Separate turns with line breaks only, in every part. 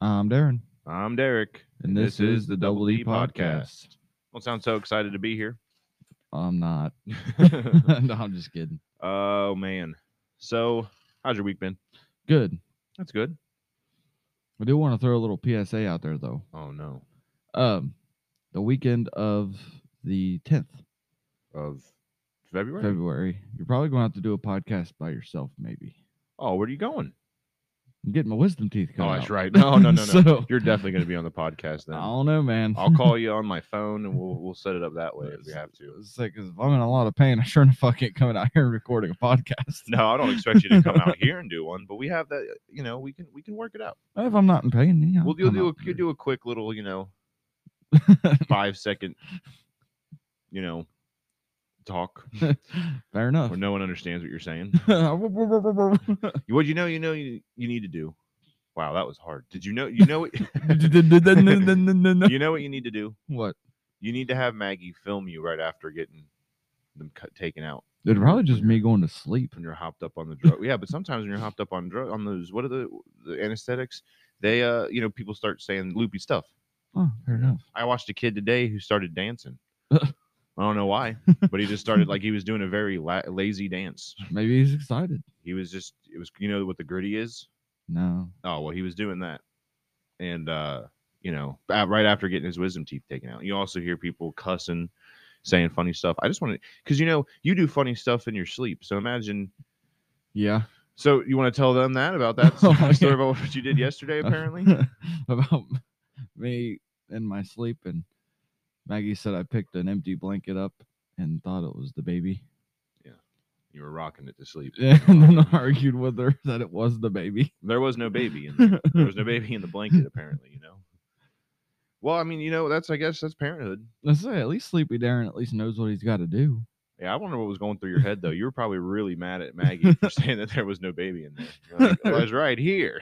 I'm Darren,
I'm Derek.
and this, is the Double D podcast.
Don't sound so excited to be here.
I'm not. no, I'm just kidding.
oh man. So, how's your week been?
Good.
That's good.
I do want to throw a little PSA out there though.
Oh no.
Um, the weekend of the 10th
Of February.
February, you're probably going to have to do a podcast by yourself. Maybe
oh, where are you going?
I'm getting my wisdom teeth.
Oh,
Come
that's
out.
right. No, no, no, no.
So-
You're definitely going to be on the podcast then.
I
I'll,
don't know, man.
call you on my phone and we'll we'll set it up that way if we have to.
It's like 'cause if I'm in a lot of pain, I sure the fuck ain't coming out here and recording a podcast.
No, I don't expect you to come out here and do one, but we have that. You know, we can we can work it out.
If I'm not in pain, yeah,
We'll
I'll
you'll
Oh, come
do a,
out
you
here.
do a quick little you know five second you know talk
Fair enough.
where no one understands what you're saying.
Didn't
What you know, you know, you, you need to do. Wow, that was hard. Did you know? You know what? you know what you need to do.
what?
You need to have Maggie film you right after getting them cut, taken out
It'd probably just me going to sleep.
when you're hopped up on the drug. Yeah, but sometimes when you're hopped up on drug on those what are the the anesthetics? They uh, you know, people start saying loopy stuff.
Oh, fair enough.
I watched a kid today who started dancing. I don't know why, but he just started like he was doing a very la- lazy dance.
Maybe he's excited.
He was just it was you know what the gritty is.
No.
Oh well, he was doing that, and uh, you know, a- right after getting his wisdom teeth taken out, you also hear people cussing, saying funny stuff. I just want to, because you know, you do funny stuff in your sleep. So imagine.
Yeah.
So you want to tell them that about that
Oh,
story
yeah.
about what you did yesterday? Apparently,
About me in my sleep and Maggie said I picked an empty blanket up and thought it was the baby.
you were rocking it to sleep.
And then I argued with her that it was the baby.
There was no baby in there. there was no baby in the blanket. Apparently, you know. Well, I mean, you know, that's I guess that's parenthood.
Let's say at least Sleepy Darren at least knows what he's gotta do.
Yeah, I wonder what was going through your head though. You were probably really mad at Maggie for saying that there was no baby in there. You're like, "Well, it's right here.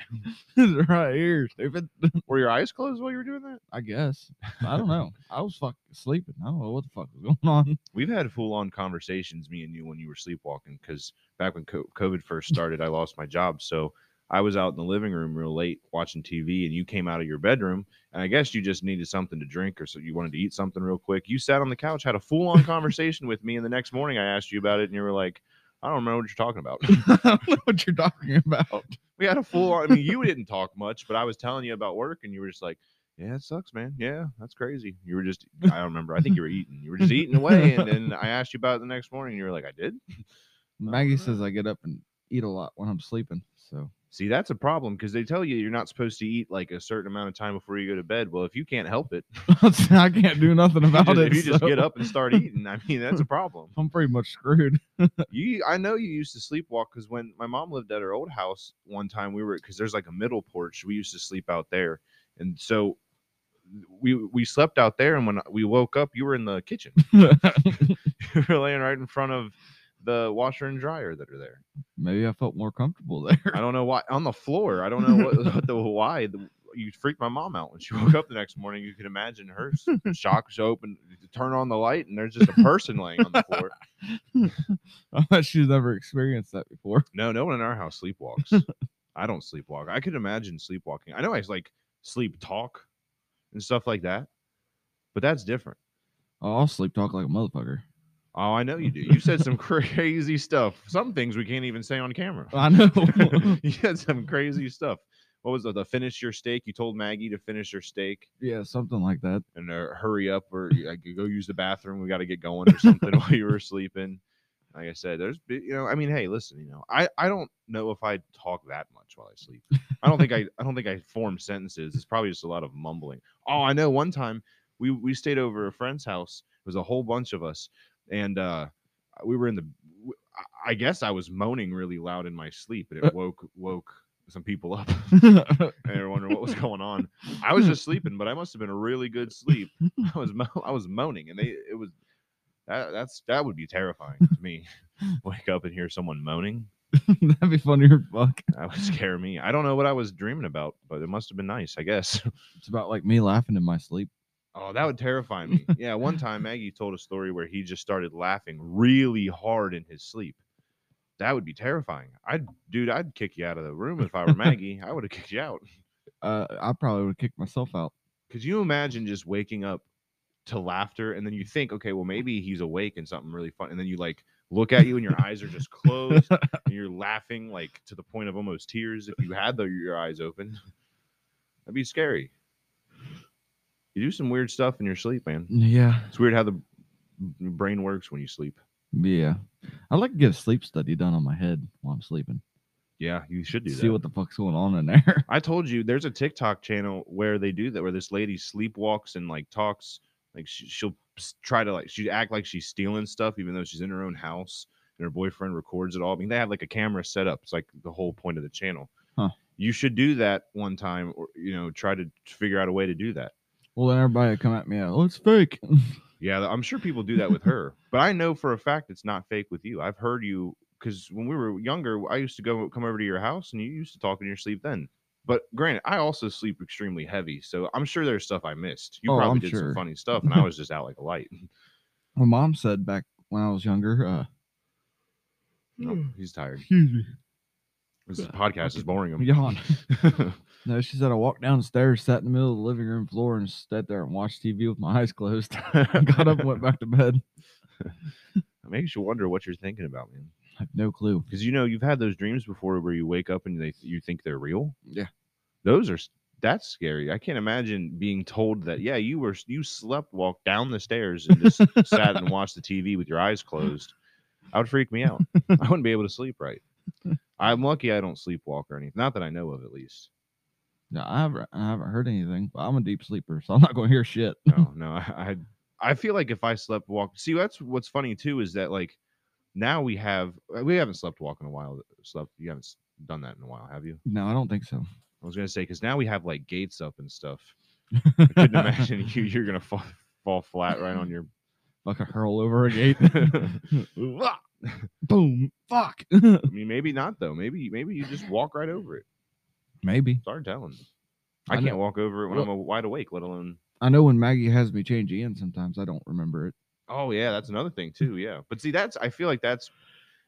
right here, stupid.
Were your eyes closed while you were doing that?
I guess. I don't know. I was fucking sleeping. I don't know what the fuck was going on.
We've had full on conversations, me and you, when you were sleepwalking. Because back when co- COVID first started, I lost my job. So I was out in the living room real late watching TV, and you came out of your bedroom. And I guess you just needed something to drink or so you wanted to eat something real quick. You sat on the couch, had a full on conversation with me. And the next morning, I asked you about it, and you were like, I don't remember what you're talking about.
I don't know what you're talking about.
we had a full on, I mean, you didn't talk much, but I was telling you about work, and you were just like, yeah, it sucks, man. Yeah, that's crazy. You were just, I don't remember. I think you were eating. You were just eating away. And then I asked you about it the next morning. And you were like, I did.
Maggie
Uh-huh.
says I get up and eat a lot when I'm sleeping. So
See, that's a problem because they tell you you're not supposed to eat like a certain amount of time before you go to bed. Well, if you can't help it,
I can't do nothing
if you
about
just,
it.
if you just get
so
up and start eating, I mean, that's a problem.
I'm pretty much screwed.
You, I know you used to sleepwalk because when my mom lived at her old house one time, we were because there's like a middle porch. We used to sleep out there, and so we we slept out there. And when we woke up, you were in the kitchen. you were laying right in front of the washer and dryer that are there.
Maybe I felt more comfortable there.
I don't know why on the floor. I don't know what, what the why. The, you freaked my mom out when she woke up the next morning. You can imagine her s- shock. She opened, turn on the light, and there's just a person laying on the floor.
I bet she's never experienced that before.
No, no one in our house sleepwalks. I don't sleepwalk. I could imagine sleepwalking. I know I like sleep talk and stuff like that, but that's different.
Oh, I'll sleep talk like a motherfucker.
Oh, I know you do. You said some crazy stuff. Some things we can't even say on camera.
I know.
you had some crazy stuff. What was the, the finish your steak? You told Maggie to finish her steak
yeah, something like that.
and uh, hurry up or you- like, go use the bathroom. We got to get going or something while you were sleeping. Like I said, there's, bi- you know, I mean, hey, listen, you know, I, I don't know if I talk that much while I sleep. I don't think I, I don't think I form sentences. It's probably just a lot of mumbling. Oh, I know one time we, we stayed over at a friend's house. It was a whole bunch of us. And, uh, we were in the, w- I- I guess I was moaning really loud in my sleep and
Uh.
it woke, woke some people up. and they were wondering what was going on. I was just sleeping, but I must have been a really good sleep. I was mo- I was moaning, and they it was that, that's that would be terrifying to me. Wake up and hear someone moaning.
That'd be funnier than fuck.
That would scare me. I don't know what I was dreaming about, but it must have been nice, I guess.
It's about like me laughing in my sleep.
Oh, that would terrify me. Yeah, one time Maggie told a story where he just started laughing really hard in his sleep. That would be terrifying. I'd dude, I'd kick you out of the room if I were Maggie. I would have kicked you out.
uh, I probably would kick myself out.
Could you imagine just waking up to laughter and then you think, okay, well maybe he's awake and something really fun, and then you like look at you and your eyes are just closed and you're laughing like to the point of almost tears if you had the, your eyes open. That'd be scary. You do some weird stuff in your sleep, man.
Yeah,
It's weird how the b- brain works when you sleep.
yeah. I'd like to get a sleep study done on my head while I'm sleeping.
Yeah, you should do
See
that.
what the fuck's going on in there.
I told you there's a TikTok channel where they do that, where this lady sleepwalks and like talks, like she, she'll s- try to like she act like she's stealing stuff, even though she's in her own house and her boyfriend records it all. I mean, they have like a camera set up. It's like the whole point of the channel.
Huh.
You should do that one time, or you know, try to figure out a way to do that.
well, then everybody would come at me. Oh, it's fake.
Yeah, I'm sure people do that with her, but I know for a fact it's not fake with you. I've heard you because when we were younger, I used to go come over to your house and you used to talk in your sleep then. But granted, I also sleep extremely heavy, so I'm sure there's stuff I missed. You
Oh,
probably
I'm
did some
sure.
funny stuff, and I was just out like a light.
my mom said back when I was younger. Uh, Hmm.
No, he's tired.
excuse me.
This
Uh,
podcast is
okay.
boring him.
Yawn. No, she said I walked downstairs, sat in the middle of the living room floor, and sat there and watched TV with my eyes closed. Got up, and went back to bed.
It makes you wonder what you're thinking about, man.
I have no clue.
Because you know you've had those dreams before where you wake up and they you think they're real.
Yeah.
those are s- that's scary. I can't imagine being told that. Yeah, you were you slept, walked down the stairs, and just sat and watched the TV with your eyes closed. I would freak me out. I wouldn't be able to sleep right. I'm lucky I don't sleepwalk or anything. Not that I know of, at least.
No, I haven't, I haven't heard anything, but I'm a deep sleeper, so I'm not going to hear shit.
No, no. I I I feel like if I slept walk, see that's what's funny too is that like now we have we haven't slept walk in a while. uh, Slept you haven't s- done that in a while, have you?
No, I don't think so.
I was gonna say because now we have like gates up and stuff. I couldn't imagine you. You're gonna fall fall flat right on your.
Like a hurl over a gate.
I
ah. Boom. Fuck.
mean, maybe not though. Maybe maybe you just walk right over it.
Maybe.
It's hard telling. I,
I
can't
know-
walk over it when
Well-
I'm a- wide awake, let alone.
I know when Maggie has me change Ian sometimes, I don't remember it.
Oh yeah, that's another thing too. Yeah, but see, that's I feel like that's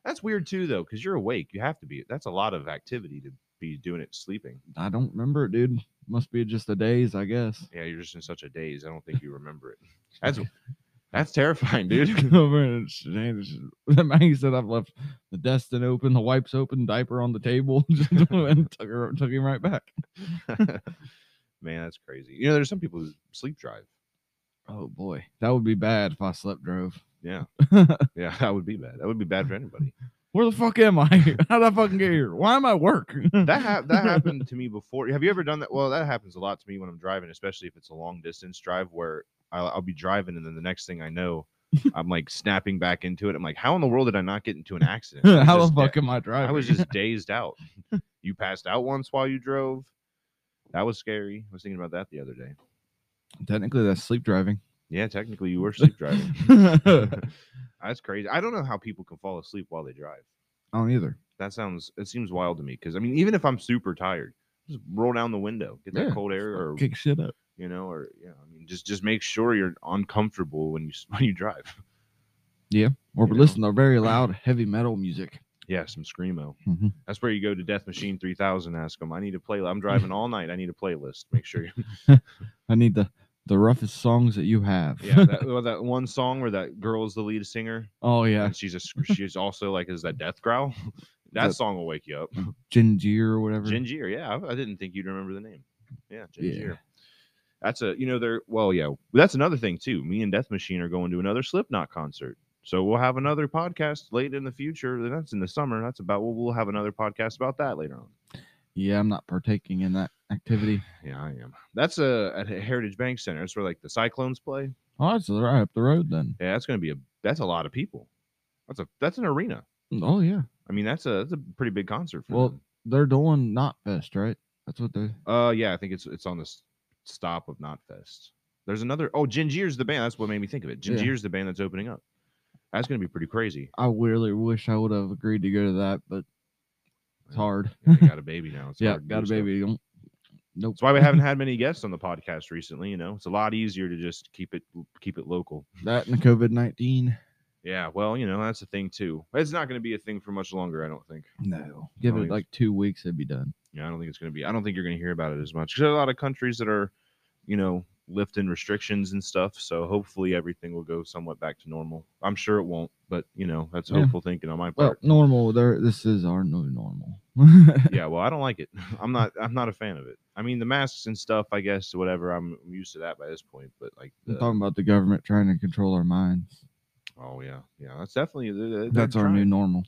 that's weird too though because you're awake. You have to be. That's a lot of activity to be doing it sleeping.
I don't remember it, dude. Must be just the days, I guess.
Yeah, you're just in such a daze. I don't think you remember it. That's that's terrifying, dude.
over and it's- and it's- the Maggie said I've left the destin open, the wipes open, diaper on the table, just and took her took him right back.
Man, that's crazy. You know, there's some people who sleep drive.
Oh boy. That would be bad if I slept drove.
Yeah. yeah, that would be bad. That would be bad for anybody.
Where the fuck am I? How did I fucking get here? Why am I at work?
That ha- that happened to me before. Have you ever done that? Well, that happens a lot to me when I'm driving, especially if it's a long distance drive where I'll, I'll be driving and then the next thing I know, I'm like snapping back into it. I'm like, how in the world did I not get into an accident? I was
How the
just da-
fuck am I driving?
I was just dazed out. You passed out once while you drove. That was scary. I was thinking about that the other day.
technically that's sleep driving.
Yeah, technically you were sleep driving.
I
That's crazy. I don't know how people can fall asleep while they drive.
don't either.
That sounds it seems wild to me because I mean even if I'm super tired, just roll down the window, get that
Yeah,
cold air, or
Kick shit up.
you know, or yeah, I mean just just make sure you're uncomfortable when you s- when you drive.
Or
you know.
listen to very loud heavy metal music.
Yeah, some screamo.
Mhm.
That's where you go to Death Machine 3000. Ask them. I need a play. I'm driving all night. I need a playlist. Make sure. You,
I need the the roughest songs that you have.
yeah, that, well, that one song where that girl is the lead singer
oh yeah,
and she's a sc- she's also like is that death growl. That
The-
song will wake you up.
Ginger or whatever.
Jinjir, yeah. I, I didn't think you'd remember the name. Yeah,
Yeah.
Jinjir. That's a you know they're well yeah that's another thing too. Me and Death Machine are going to another Slipknot concert, so we'll have another podcast late in the future. That's in the summer. That's about we'll, we'll have another podcast about that later on.
Yeah, I'm not partaking in that activity.
Yeah, I am. That's a at Heritage Bank Center. That's where like the Cyclones play.
Oh, that's right up the road then.
Yeah, that's gonna be a that's a lot of people. That's a that's an arena.
Oh yeah,
I mean that's a that's a pretty big concert for
Well,
them.
they're doing Knot Fest, right? That's what they.
Uh, yeah, I think it's it's on the s- stop of Knotfest. There's another. Oh, Gingier's the band. That's what made me think of it.
Yeah.
Gingier's the band that's opening up. That's gonna be pretty crazy.
I really wish I would have agreed to go to that, but it's hard.
Yeah, they got a baby now. It's
yeah,
hard to
got
do
a
stuff.
baby. Don't. Nope.
That's why we haven't had many guests on the podcast recently. You know, it's a lot easier to just keep it keep it local.
That and the COVID nineteen.
Yeah, well, you know that's a thing too. It's not going to be a thing for much longer, I don't think.
No, give
Oh,
it
yes.
like two weeks, it'd be done.
Yeah, I don't think it's going to be. I don't think you're going to hear about it as much. 'Cause There are a lot of countries that are, you know, lifting restrictions and stuff. So hopefully everything will go somewhat back to normal. I'm sure it won't, but you know, that's
Yeah.
hopeful thinking on my
Well,
part.
normal. There, this is our new normal.
yeah, well, I don't like it. I'm not. I'm not a fan of it. I mean, the masks and stuff. I guess whatever. I'm I'm used to that by this point. But like,
I'm
the-
talking about the government trying to control our minds.
oh yeah, yeah, that's definitely they're- they're
That's our new
trying.
normal.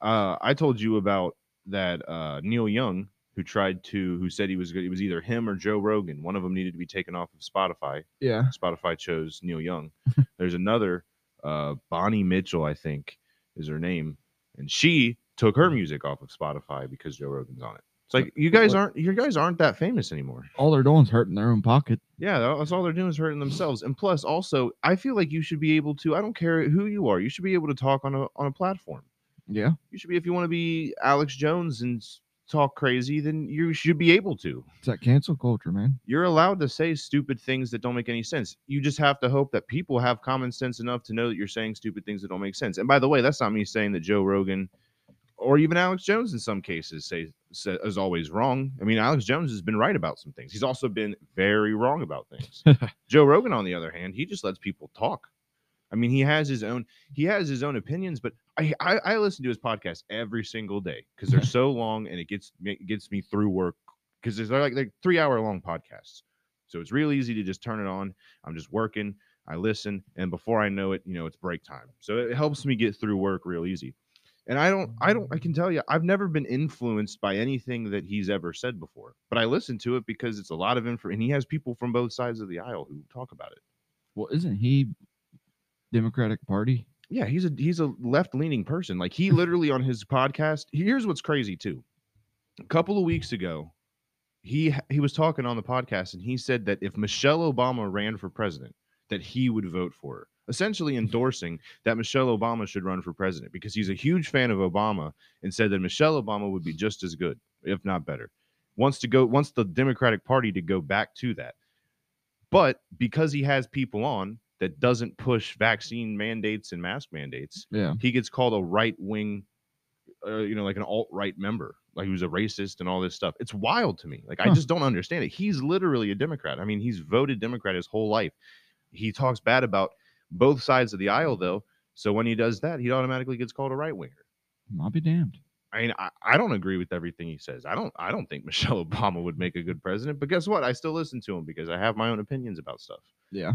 uh, I told you about that uh, Neil Young who tried to who said he was good. It was either him or Joe Rogan. One of them needed to be taken off of Spotify.
Yeah.
Spotify chose Neil Young. There's another uh, Bonnie Mitchell, I think, is her name, and she took her music off of Spotify because Joe Rogan's on it. It's like you
But
guys
what-
aren't you guys aren't that famous anymore.
All they're doing is hurting their own pocket.
Yeah, tha- that's all they're doing is hurting themselves. And plus, also, I feel like you should be able to. I don't care who you are. You should be able to talk on a on a platform.
Yeah.
You should be if you want to be Alex Jones and s- talk crazy, then you should be able to.
It's that cancel culture, man.
You're allowed to say stupid things that don't make any sense. You just have to hope that people have common sense enough to know that you're saying stupid things that don't make sense. And by the way, that's not me saying that Joe Rogan or even Alex Jones in some cases say, say is always wrong. I mean, Alex Jones has been right about some things. He's also been very wrong about things. Joe Rogan on the other hand, he just lets people talk. I mean, he has his own he has his own opinions, but I I, I listen to his podcast every single day because they're so long and it gets me gets me through work because they're like they're three hour long podcasts. So it's real easy to just turn it on. I'm just working, I listen, and before I know it, you know, it's break time. So it helps me get through work real easy. And I don't, I don't, I can tell you, I've never been influenced by anything that he's ever said before. But I listen to it because it's a lot of info, and he has people from both sides of the aisle who talk about it.
Well, isn't he Democratic Party?
Yeah, he's a he's a left leaning person. Like he literally on his podcast. Here's what's crazy too. A couple of weeks ago, he h- he was talking on the podcast and he said that if Michelle Obama ran for president, that he would vote for her. Essentially endorsing that Michelle Obama should run for president because he's a huge fan of Obama and said that Michelle Obama would be just as good, if not better. Wants to go wants the Democratic Party to go back to that. But because he has people on that doesn't push vaccine mandates and mask mandates,
Yeah.
he gets called a right wing, uh, you know, like an alt right member, like who's a racist and all this stuff. It's wild to me. Like I
Huh.
just don't understand it. He's literally a Democrat. I mean, he's voted Democrat his whole life. He talks bad about both sides of the aisle, though. So when he does that, he automatically gets called a right winger.
I'll be damned.
I mean, I, I don't agree with everything he says. I don't I don't think Michelle Obama would make a good president, but guess what? I still listen to him because I have my own opinions about stuff.
Yeah.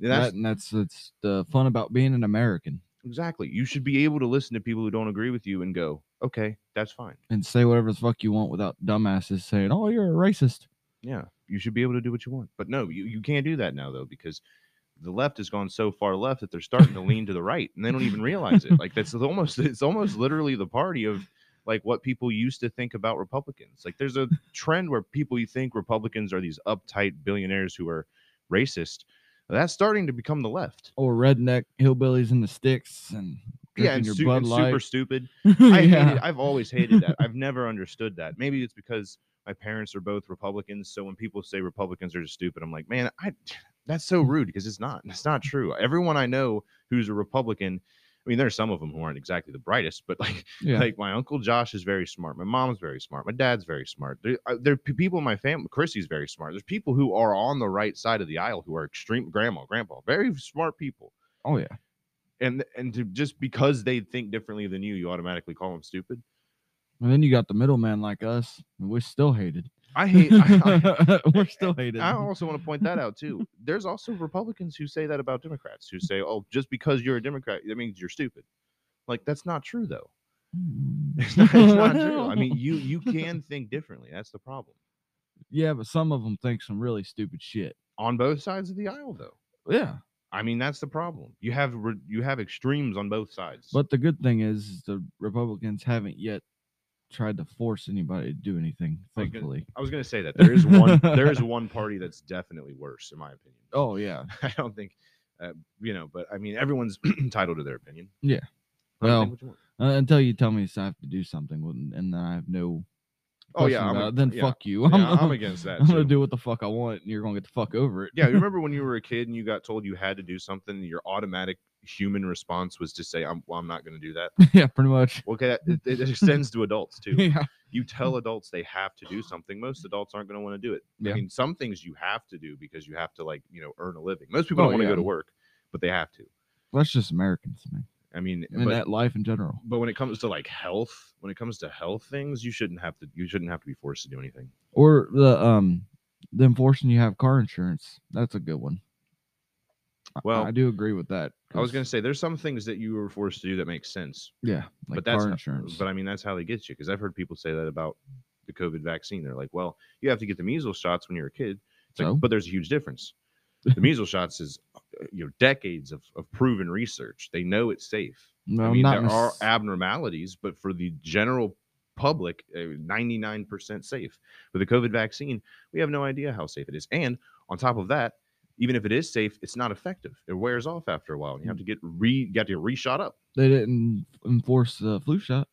And that's
that, and that's that's the fun about being an American
exactly. You should be able to listen to people who don't agree with you and go, okay, that's fine.
and say whatever the fuck you want without dumbasses saying, "Oh, you're a racist."
Yeah, you should be able to do what you want. But no, you, you can't do that now though, because the left has gone so far left that they're starting to lean to the right and they don't even realize it. Like that's almost it's almost literally the party of like what people used to think about Republicans. Like there's a trend where people you think Republicans are these uptight billionaires who are racist. That's starting to become the left.
Or redneck hillbillies in the sticks and
Yeah,
drinking
and,
your
su-
Bud
and super
Light.
stupid. I
yeah.
hated, I've always hated that. I've never understood that. Maybe it's because my parents are both Republicans, so when people say Republicans are just stupid, I'm like, man, I that's
Mm.
so rude because it's not. It's not true. Everyone I know who's a Republican, I mean, there are some of them who aren't exactly the brightest, but like
yeah.
like my uncle Josh is very smart. My mom's very smart. My dad's very smart. There, uh, there are p- people in my family. Chrissy's very smart. There's people who are on the right side of the aisle who are extreme grandma, grandpa, very smart people
oh yeah.
and and to just because they think differently than you, you automatically call them stupid.
And then you got the middleman like us, and we're still hated.
I hate. I,
we're still hated.
I, I also want to point that out too. There's also Republicans who say that about Democrats, who say, "Oh, just because you're a Democrat, that means you're stupid." Like that's not true, though. It's not, it's not true. I mean, you you can think differently. That's the problem
yeah, but some of them think some really stupid shit.
on both sides of the aisle, though.
Yeah,
I mean, that's the problem. You have re- you have extremes on both sides.
but the good thing is is the Republicans haven't yet tried to force anybody to do anything.
I was gonna-
Thankfully.
I was gonna say that there is one there is one party that's definitely worse, in my opinion.
Oh yeah.
I don't think, uh, you know, but I mean, everyone's entitled to their opinion.
Yeah.
I don't think
Well,
what you want.
Uh, until you tell me so I have to do something, with, and then I have no.
oh yeah,
question
I'm
about
a-
it, then
yeah,
fuck you.
yeah,
I'm,
I'm
I'm-
against that.
I'm gonna
too.
do what the fuck I want, and you're gonna get the fuck over it.
Yeah, you remember when you were a kid and you got told you had to do something, and your automatic human response was to say, "I'm, well, I'm not going to do that."
yeah, pretty much.
Well, okay, that, it, it extends to adults too.
Yeah.
You tell adults they have to do something. Most adults aren't going to want to do it.
Yeah.
I mean, some things you have to do because you have to like you know earn a living. Most people
Oh,
don't want to
yeah.
go to work, but they have to.
That's just Americans, man.
I mean,
And
but,
that life in general.
but when it comes to like health, when it comes to health things, you shouldn't have to. You shouldn't have to be forced to do anything.
Or the um the enforcing you have car insurance. That's a good one. I-
Well,
I do agree with that.
I was going to
'cause-
say there's some things that you were forced to do that makes sense,
yeah, like
but that's
car
how-
insurance.
But I mean, that's how they get you because I've heard people say that about the COVID vaccine. They're like, well, you have to get the measles shots when you're a kid. It's like,
So?
but there's a huge difference. The measles shots is uh, you know decades of, of proven research. They know it's safe.
no,
I mean,
not
there are
necess-
abnormalities, but for the general public, ninety nine percent safe. With the COVID vaccine, we have no idea how safe it is, and on top of that. Even if it is safe, it's not effective. It wears off after a while, and you have
Hmm.
to get re you have to get reshot up.
they didn't enforce the flu shot.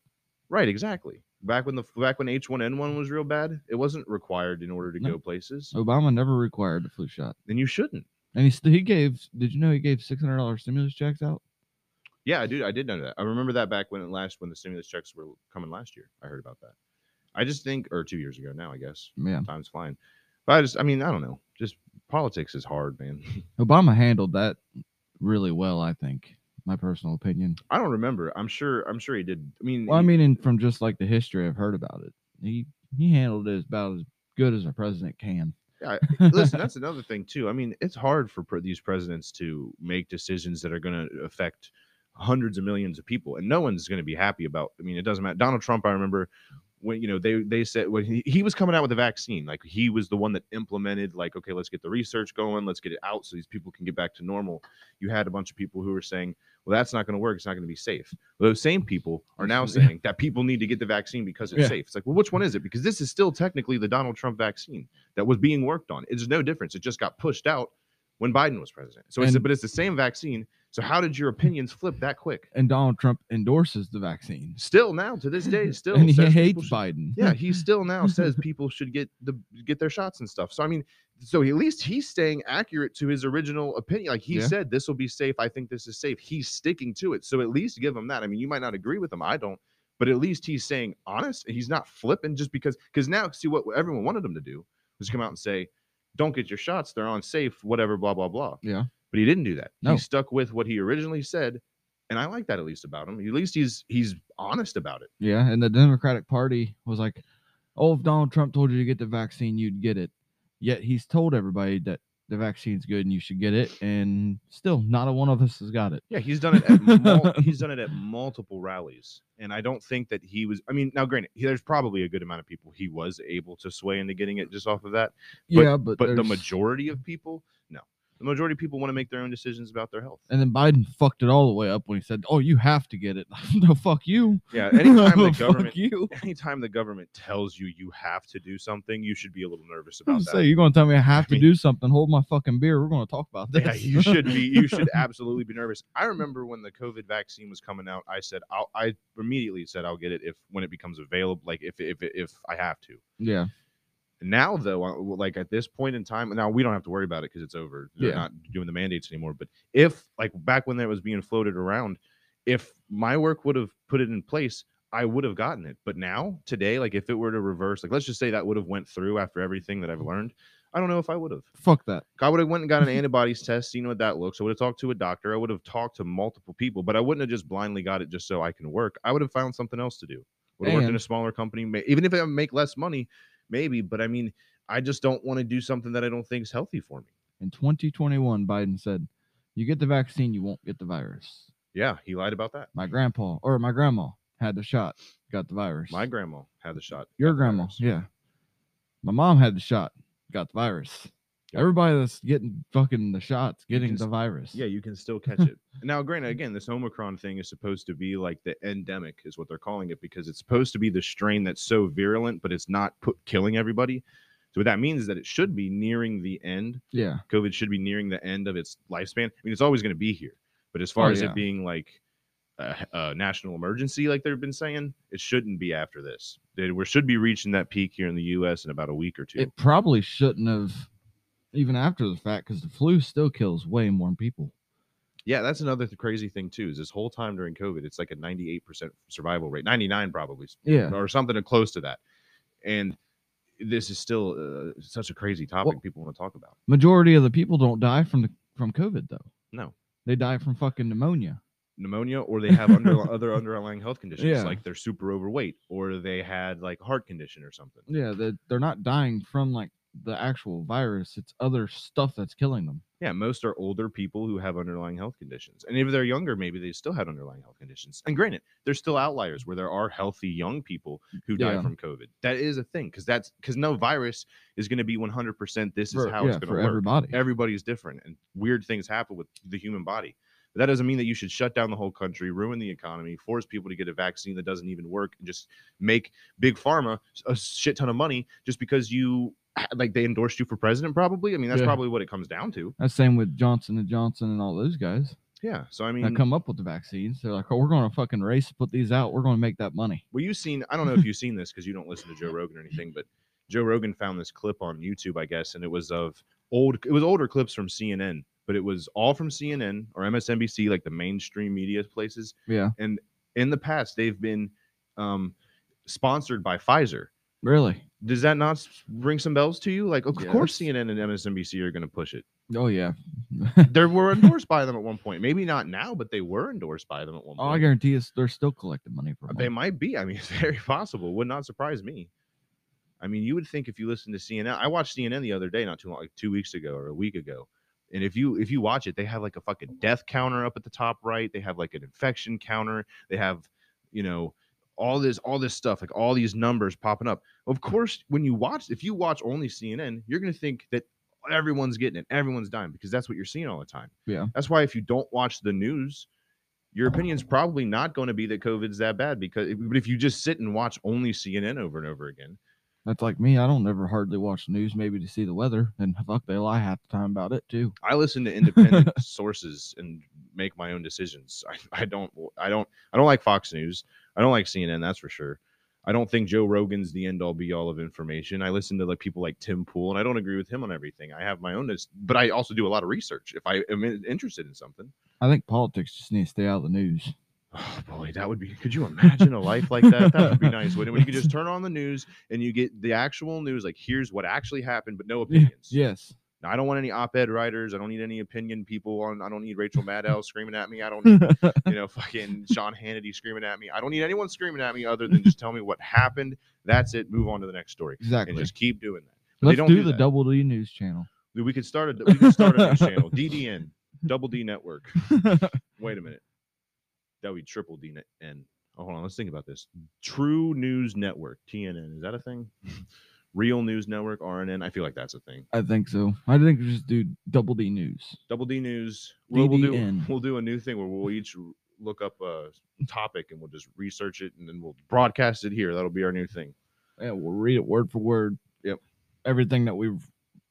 Right, exactly. Back when the back when H one N one was real bad, it wasn't required in order to
No. Oh.
go places,
Obama never required the flu shot,
and you shouldn't.
and he st- he gave. Did you know he gave six hundred dollars stimulus checks out?
Yeah, I do. I did know that. I remember that back when it last when the stimulus checks were coming last year. I heard about that. I just think, or two years ago now, I guess.
Yeah,
Time's flying, but I just, I mean, I don't know. Just politics is hard, man.
Obama handled that really well. I think, my personal opinion.
I don't remember. I'm sure. I'm sure he did. I mean,
Well, I
he-
mean, and from just like the history I've heard about it, he he handled it about as good as a president can.
Yeah, listen, that's another thing too. I mean, it's hard for pre- these presidents to make decisions that are going to affect hundreds of millions of people, and no one's going to be happy about. I mean, it doesn't matter. Donald Trump, I remember when you know they they said when he, he was coming out with the vaccine, like he was the one that implemented, like, okay, let's get the research going, let's get it out so these people can get back to normal. You had a bunch of people who were saying. Well, that's not going to work. It's not going to be safe. Well, those same people are now
Yeah.
saying that people need to get the vaccine because it's
Yeah.
safe. It's like, well, which one is it? Because this is still technically the Donald Trump vaccine that was being worked on. It's no difference. It just got pushed out when Biden was president. So it's
And-
but it's the same vaccine. So how did your opinions flip that quick?
And Donald Trump endorses the vaccine,
Still now to this day, still
and he
says
hates
people should-
Biden.
yeah, he still now says people should get the get their shots and stuff. So I mean, so at least he's staying accurate to his original opinion. Like he
Yeah.
said, this will be safe. I think this is safe. He's sticking to it. So at least give him that. I mean, you might not agree with him. I don't. But at least he's saying honest. He's not flipping just because. Because now, see what everyone wanted him to do was come out and say, "Don't get your shots. They're unsafe. Whatever. Blah blah blah."
Yeah.
But he didn't do that.
No.
He stuck with what he originally said, and I like that at least about him. At least he's he's honest about it.
Yeah, and the Democratic Party was like, "Oh, if Donald Trump told you to get the vaccine, you'd get it." Yet he's told everybody that the vaccine's good and you should get it, and still not a one of us has got it.
Yeah, he's done it. At mul- he's done it at multiple rallies, and I don't think that he was. I mean, now granted, he- there's probably a good amount of people he was able to sway into getting it just off of that.
yeah, but
But the
there's-
majority of people, no, the majority of people want to make their own decisions about their health.
And then Biden fucked it all the way up when he said, "Oh, you have to get it." no, fuck you.
Yeah, anytime the
Fuck
government,
you.
anytime the government tells you you have to do something, you should be a little nervous
I'm
about
just
that.
saying, you're gonna tell me I have to
mean-
do something. Hold my fucking beer. We're gonna talk about this.
Yeah, you should be. You should absolutely be nervous. I remember when the COVID vaccine was coming out. I said, I'll, I immediately said I'll get it if when it becomes available, like if if if I have to.
yeah,
Now though, I- well, like at this point in time, now we don't have to worry about it because it's over. They're
Yeah.
not doing the mandates anymore. But if like back when that was being floated around, if my work would have put it in place, I would have gotten it. But now today, like if it were to reverse, like let's just say that would have went through after everything that I've learned, I don't know if I would have.
fuck that.
I would have went and got an antibodies test, seen what that looks. I would have talked to a doctor. I would have talked to multiple people, but I wouldn't have just blindly got it just so I can work. I would have found something else to do. Would have worked in a
And-
smaller company, ma- even if I make less money, maybe. But I mean, I just don't want to do something that I don't think is healthy for me.
In 2021, Biden said, "You get the vaccine, you won't get the virus."
Yeah, he lied about that.
My grandpa or my grandma had the shot, got the virus.
My grandma had the shot.
Your
got the
grandma,
virus.
yeah. My mom had the shot, got the virus.
Yep.
Everybody that's getting fucking the shots, getting
can
the
s-
virus.
Yeah, you can still catch it. Now, granted, again, this Omicron thing is supposed to be like the endemic, is what they're calling it, because it's supposed to be the strain that's so virulent, but it's not put, killing everybody. So what that means is that it should be nearing the end.
yeah.
COVID should be nearing the end of its lifespan. I mean, it's always going to be here, but as far as
yeah.
it being like a, h- a national emergency, like they've been saying, it shouldn't be after this. They- We should be reaching that peak here in the U.S. in about a week or two.
It probably shouldn't have, even after the fact, because the flu still kills way more people.
Yeah, that's another th- crazy thing too. Is this whole time during COVID, it's like a 98% survival rate, 99 probably, s-
Yeah.
or something uh, close to that. And this is still uh, such a crazy topic people want to talk about.
Majority of the people don't die from the from COVID though.
No.
They die from fucking pneumonia.
Pneumonia, or they have under, other underlying health conditions,
Yeah.
like they're super overweight, or they had like heart condition or something.
Yeah, they they're not dying from like the actual virus. It's other stuff that's killing them.
Yeah, most are older people who have underlying health conditions. And if they're younger, maybe they still had underlying health conditions. And granted, there's still outliers where there are healthy young people who die
Yeah.
from COVID. That is a thing because that's because no virus is going to be 100%. This is
For,
how
yeah,
it's going to
for
work.
everybody.
Everybody's different and weird things happen with the human body. But that doesn't mean that you should shut down the whole country, ruin the economy, force people to get a vaccine that doesn't even work, and just make big pharma a shit ton of money just because you like they endorsed you for president probably i mean that's
Yeah.
probably what it comes down to
That's same with Johnson and Johnson and all those guys
yeah. So I
that
mean,
come up with the vaccines. They're like, oh, we're going to fucking race, put these out. We're going to make that money.
well, you've seen. I don't know if you've seen this because you don't listen to Joe Rogan or anything, but Joe Rogan found this clip on YouTube, I guess, and it was of old. It was older clips from CNN, but it was all from CNN or MSNBC, like the mainstream media places.
Yeah,
In the past, they've been um, sponsored by Pfizer.
really.
Does that not s- ring some bells to you? Like, of
Yeah,
course,
that's-
CNN and MSNBC are going to push it.
Oh yeah.
They were endorsed by them at one point. Maybe not now, but they were endorsed by them at one
All Oh, I
point.
guarantee is they're still collecting money from
Uh, They
them.
might be. I mean, it's very possible. Would not surprise me. I mean, you would think if you listen to CNN, I watched CNN the other day, not too long, like two weeks ago or a week ago. And if you if you watch it, they have like a fucking death counter up at the top right. They have like an infection counter. They have, you know, all this all this stuff, like all these numbers popping up. Of course, when you watch, if you watch only CNN, you're gonna think that everyone's getting it, everyone's dying because that's what you're seeing all the time.
Yeah.
That's why if you don't watch the news, your opinion's probably not going to be that COVID's that bad because eh, but if you just sit and watch only CNN over and over again,
That's like me. I don't ever hardly watch the news, maybe to see the weather, and fuck, they lie half the time about it too.
I listen to independent sources and make my own decisions. I, I don't I don't I don't like Fox News. I don't like CNN, that's for sure. I don't think Joe Rogan's the end all be all of information. I listen to like people like Tim Pool and I don't agree with him on everything. I have my own but I also do a lot of research if I am in- interested in something.
I think politics just needs to stay out of the news.
Oh boy, that would be. Could you imagine a life like that? That would be nice, wouldn't it? When you could just turn on the news and you get the actual news, like here's what actually happened, but no opinions.
Yes.
Now, I don't want any op-ed writers. I don't need any opinion people on. I don't need Rachel Maddow screaming at me. I don't need
yeah.
you know fucking Sean Hannity screaming at me. I don't need anyone screaming at me other than just tell me what happened. That's it. Move on to the next story and
Exactly.
just keep doing that. But
Let's
they don't
do,
do
the
that.
Double D News channel.
Dude, We could start a we could start a new channel. DDN, Double D Network. Wait a minute. That would be triple D net N. Oh, hold on. Let's think about this. True News Network, TNN. Is that a thing? Real News Network, RNN. I feel like that's a thing.
I think so. I think we just do Double D News.
Double D News. We'll, we'll do
DDN.
we'll do a new thing where we'll each r- look up a topic and we'll just research it and then we'll broadcast it here. That'll be our new thing.
Yeah, we'll read it word for word.
Yep.
Everything that we've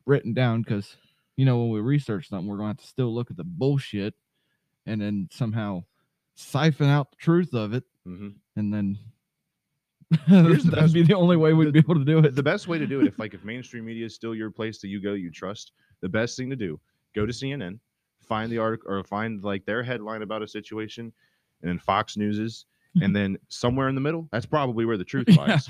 written down, because you know when we research something, we're gonna have to still look at the bullshit, and then somehow siphon out the truth of it,
hmm
and then
Here's the
that'd
best-
be the only way we'd be able to do
But
it.
the best way to do it, if like if mainstream media is still your place that you go, you trust, the best thing to do, go to CNN, find the article or find like their headline about a situation, and then Fox News's, and then somewhere in the middle, that's probably where the truth
Yeah.
lies.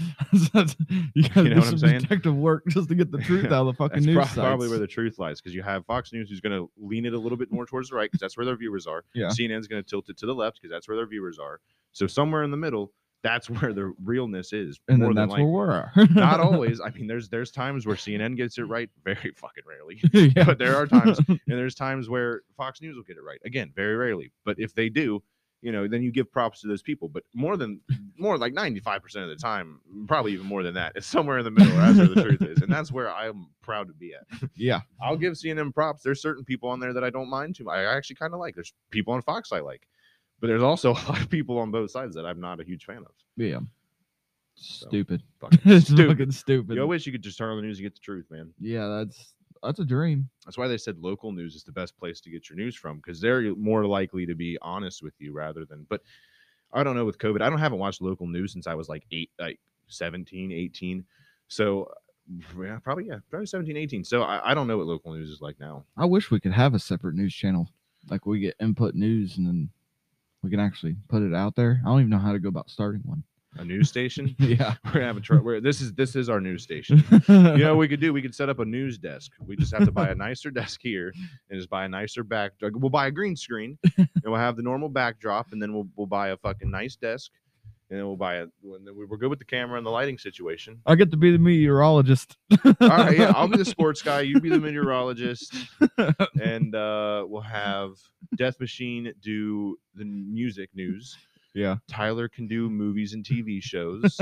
That's- you gotta
know
do
what
some
I'm saying?
detective work just to get the truth
Yeah,
out of the fucking
That's
news.
prob- probably
sites.
where the truth lies because you have Fox News who's going to lean it a little bit more towards the right because that's where their viewers are.
Yeah.
CNN's going to tilt it to the left because that's where their viewers are. So somewhere in the middle, that's where the realness is.
and
more
then
than
that's
likely.
where we're at.
Not always. I mean, there's there's times where CNN gets it right, very fucking rarely.
yeah.
but there are times and there's times where fox news will get it right again very rarely but if they do you know then you give props to those people but more than more like 95% of the time probably even more than that it's somewhere in the middle that's where the truth is and that's where i'm proud to be at
yeah.
i'll give cnn props there's certain people on there that i don't mind too much i actually kind of like there's people on fox i like but there's also a lot of people on both sides that i'm not a huge fan of
Yeah. Stupid.
fucking
it's
stupid
fucking stupid.
you wish you could just turn on the news and get the truth man
Yeah, that's that's a dream.
That's why they said local news is the best place to get your news from because they're more likely to be honest with you rather than. But I don't know with COVID. I don't haven't watched local news since I was like eight, like 17, 18. So yeah, probably yeah, probably 17, 18. So I, I don't know what local news is like now.
I wish we could have a separate news channel Like we get input news and then we can actually put it out there. I don't even know how to go about starting one.
A news station.
Yeah.
We're gonna have a truck. This is this is our news station. You know, what we could do. We could set up a news desk. We just have to buy a nicer desk here, and just buy a nicer back. like, We'll buy a green screen, and we'll have the normal backdrop, and then we'll we'll buy a fucking nice desk, and then we'll buy a. And then we were good with the camera and the lighting situation.
I get to be the meteorologist.
All right, yeah, I'll be the sports guy. You be the meteorologist, and uh, we'll have Death Machine do the music news.
Yeah.
Tyler can do movies and TV shows.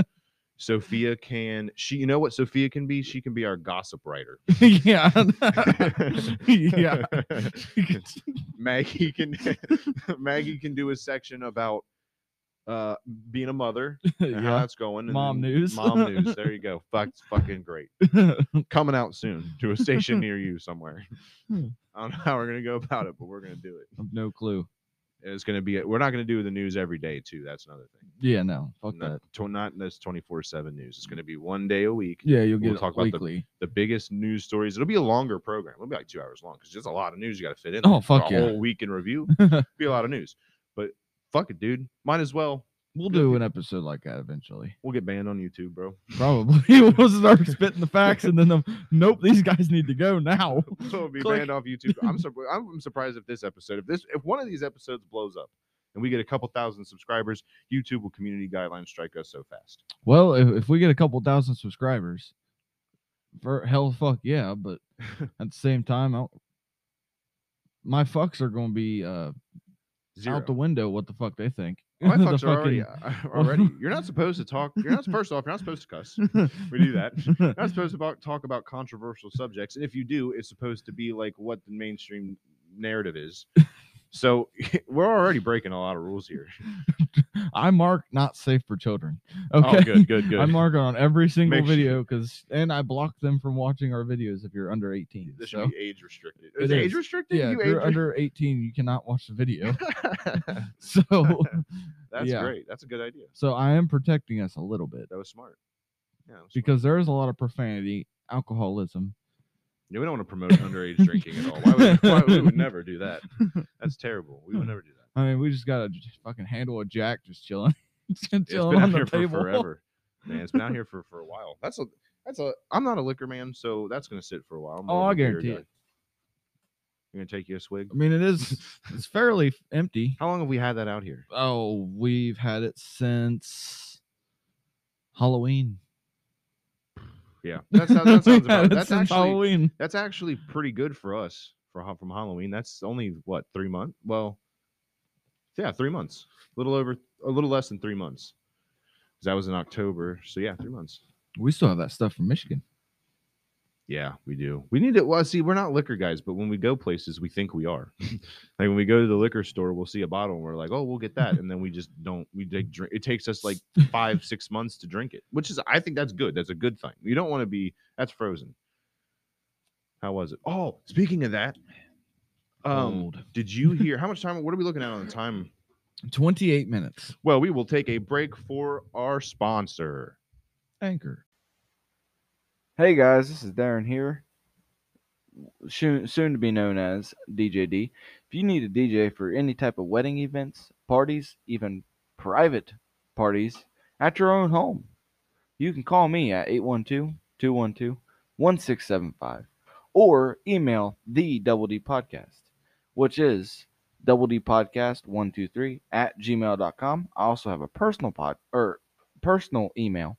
Sophia can she you know what Sophia can be? She can be our gossip writer.
yeah. yeah.
Maggie can Maggie can do a section about uh being a mother and how
yeah.
that's going. and
Mom
then
news.
Mom news. There you go. Fuck, it's fucking great. Coming out soon to a station near you somewhere.
Hmm.
I don't know how we're gonna go about it, but we're gonna do it.
I've no clue.
It's gonna be. We're not gonna do the news every day too. That's another thing.
Yeah, no. Fuck that.
Not, tw- not this twenty four seven news. It's gonna be one day a week.
Yeah, you'll get
We'll
it
talk about the-
weekly.
the biggest news stories. It'll be a longer program. It'll be like two hours long because there's a lot of news you got to fit in.
Oh,
there.
fuck
a
yeah.
whole week in review. be a lot of news, but fuck it, dude. Might as well.
we'll do an episode like that eventually.
We'll get banned on YouTube, bro.
Probably. we'll start spitting the facts and then, um, nope, these guys need to go now.
we'll be
Click.
banned off YouTube. I'm surprised. I'm surprised if this episode, if this, if one of these episodes blows up and we get a couple thousand subscribers, YouTube will community guidelines strike us so fast.
Well, if, if we get a couple thousand subscribers, for hell fuck yeah, but at the same time, I'll, my fucks are going to be uh,
Zero.
out the window what the fuck they think.
My
The
fucks are already,
fucking-
are already. You're not supposed to talk. You're not first off. You're not supposed to cuss. We do that. You're not supposed to about, talk about controversial subjects, and if you do, it's supposed to be like what the mainstream narrative is. So we're already breaking a lot of rules here.
I mark not safe for children.
Oh,
Okay.
good, good, good.
I mark it on every single
Make sure-
video because, and I block them from watching our videos if you're under 18.
this should
so,
be age restricted.
It
Is it age
is.
restricted?
yeah,
You
if you're
age
under 18, you cannot watch the video.
re-
So,
That's
Yeah.
great. That's a good idea.
so I am protecting us a little bit
That was smart. Yeah, that was smart.
because there is a lot of profanity, alcoholism.
yeah, we don't want to promote underage drinking at all. Why would, why, we would never do that. That's terrible. We would never do that.
I mean, we just got to fucking handle a jack just chilling, just
It's
chilling
been out
on the
here
table.
for forever. Man, it's been out here for, for a while. That's a that's a I'm not a liquor man, so that's gonna sit for a while. I'm more
Oh,
of a
I
beer
guarantee
guy.
it.
You're gonna take you a swig.
I mean, it is it's fairly empty.
How long have we had that out here?
Oh, we've had it since Halloween.
Yeah, that's how, that sounds about.
We've had it
That's
since
actually
Halloween.
that's actually pretty good for us for Ha- from Halloween. That's only what three months. Well, yeah, three months. A little over, a little less than three months. 'Cause That was in October, so yeah, three months.
We still have that stuff from Michigan.
Yeah, we do. We need to. Well, see, we're not liquor guys, but when we go places, we think we are. like when we go to the liquor store, we'll see a bottle and we're like, "Oh, we'll get that," and then we just don't. We take drink. It takes us like five, six months to drink it, which is, I think, that's good. That's a good thing. You don't want to be. That's frozen. How was it? Oh, speaking of that, um,
Old.
did you hear how much time? What are we looking at on the time?
28 minutes.
Well, we will take a break for our sponsor.
Anchor.
Hey guys, this is Darren here, soon, soon to be known as DJD. If you need a DJ for any type of wedding events, parties, even private parties at your own home, you can call me at 812 212 1675 or email the Double D Podcast, which is double D Podcast 123 at gmail.com. I also have a personal pod or personal email.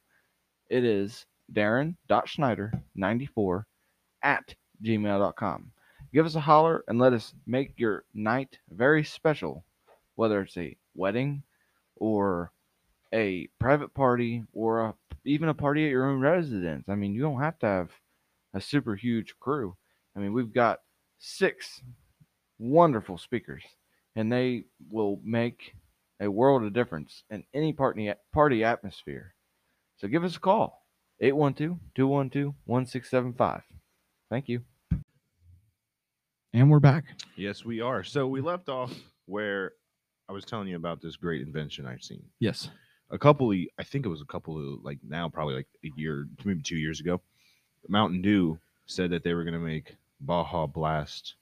It is darren.schneider94 at gmail.com. Give us a holler and let us make your night very special, whether it's a wedding or a private party or a, even a party at your own residence. I mean, you don't have to have a super huge crew. I mean, we've got six wonderful speakers, and they will make a world of difference in any party, party atmosphere. So give us a call 812 212 1675. Thank you.
And we're back.
Yes, we are. So we left off where I was telling you about this great invention I've seen.
Yes.
A couple, of, I think it was a couple of like now, probably like a year, maybe two years ago. Mountain Dew said that they were going to make Baja Blast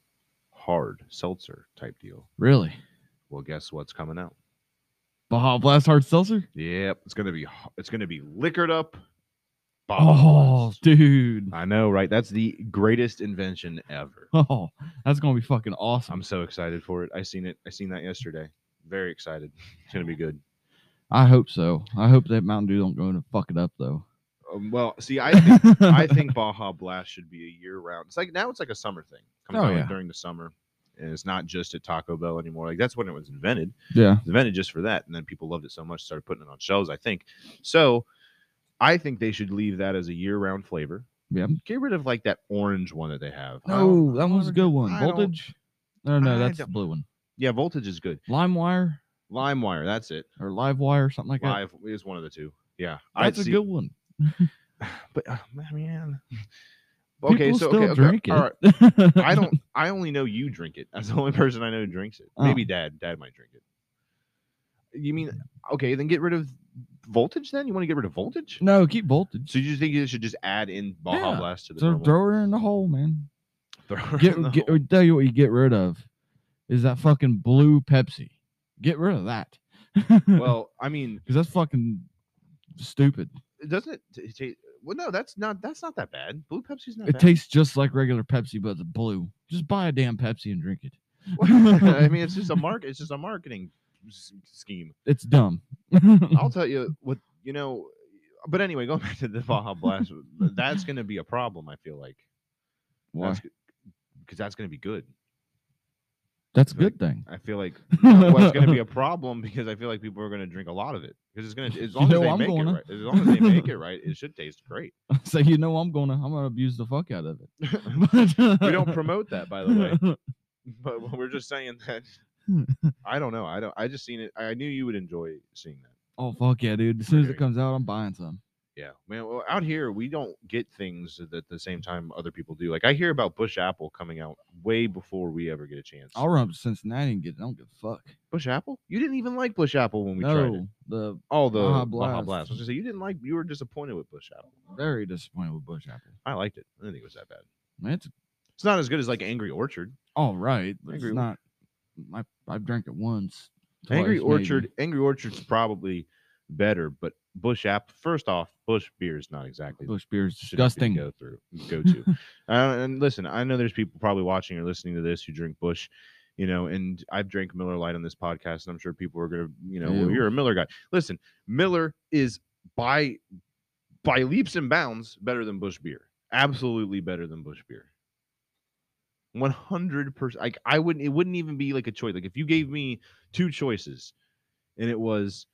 hard seltzer type deal.
Really?
Well, guess what's coming out?
Baja Blast Hard Seltzer?
Yep, it's gonna be h- it's gonna be liquored up. Baja
Oh,
Blast.
dude.
I know, right? That's the greatest invention ever.
Oh, that's gonna be fucking
I'm
awesome.
so excited for it. I seen it. I seen that yesterday. Very excited. It's gonna be good.
I hope so. I hope that Mountain Dew don't go in and fuck it up though.
Um, well, see, I think, I think Baja Blast should be a year round. It's like now it's like a summer thing. Comes
Oh,
out like,
yeah.
during the summer, and it's not just at Taco Bell anymore. Like that's when it was invented.
yeah.
It was invented just for that, and then people loved it so much started putting it on shelves. I think so. I think they should leave that as a year round flavor.
Yeah.
Get rid of like that orange one that they have. I don't-
No, that one's a good one.
I don't-
Voltage? No, no,
I
that's the
don't-
blue one.
Yeah, voltage is good.
LimeWire
LimeWire, that's it.
or LiveWire, something like
Live is one of the two. Yeah,
that. That's a
see-
good one.
But uh, man,
People
okay, so
still
okay, okay,
drink it.
all right. I don't. I only know you drink it. That's the only person I know who drinks it.
Oh.
Maybe dad. Dad might drink it. You mean okay? Then get rid of voltage. Then you want to get rid of voltage?
No, keep voltage.
So you just think you should just add in Baja
Yeah.
Blast to the
So
normal-
throw her in the hole, man.
throw it
Get,
in the
get
whole-
I tell you what you get rid of is that fucking blue Pepsi. Get rid of that. well,
well, I mean,
because that's fucking stupid.
doesn't it t- taste? Well, no, that's not. That's not that bad. Blue Pepsi's not.
It
bad.
tastes just like regular Pepsi, but it's blue. Just buy a damn Pepsi and drink it.
I mean, it's just a mark. It's just a marketing s- scheme.
It's dumb.
I'll tell you what you know. But anyway, going back to the Baja Blast, that's going to be a problem. I feel like
Why? That's,
because that's going to be good.
a good thing.
I feel like uh, well, it's going to be a problem because I feel like people are going to drink a lot of it because it's going to as
You
long
know
as they
I'm
make
gonna.
it right. As long as they make it right, it should taste great.
so you know I'm gonna I'm gonna abuse the fuck out of it.
We don't promote that, by the way. But we're just saying that. I don't know. I don't. I just seen it. I knew you would enjoy seeing that.
Oh fuck yeah, dude! As soon as
There you
it comes out, I'm buying some.
Yeah, man. Well, out here we don't get things at the same time other people do. Like I hear about Bush Apple coming out way before we ever get a chance.
I'll run up to Cincinnati and get it. I don't give a fuck.
Bush Apple? You didn't even like Bush Apple when we tried it.
no, the
Oh, the Baja
Baja
Blast.
Blast.
I was gonna say you didn't like. You were disappointed with Bush Apple.
very disappointed with Bush Apple.
I liked it. I didn't think it was that bad.
Man, it's
It's not as good as like Angry Orchard.
all Oh, right, but it's
Angry Orchard.
not. I I've drank it once.
Angry
twice,
Orchard.
maybe.
Angry Orchard's probably better, but Bush Apple. First off, Bush beer is not exactly the
Bush beer is
shit that you
disgusting.
Go through. Go to. Uh, and listen, I know there's people probably watching or listening to this who drink Bush, you know, and I've drank Miller Lite on this podcast, and I'm sure people are gonna, you know, well,
Ew.
you're a Miller guy. Listen, Miller is by by leaps and bounds better than Bush beer. Absolutely better than Bush beer. One hundred percent. Like I wouldn't. It wouldn't even be like a choice. Like if you gave me two choices, and it was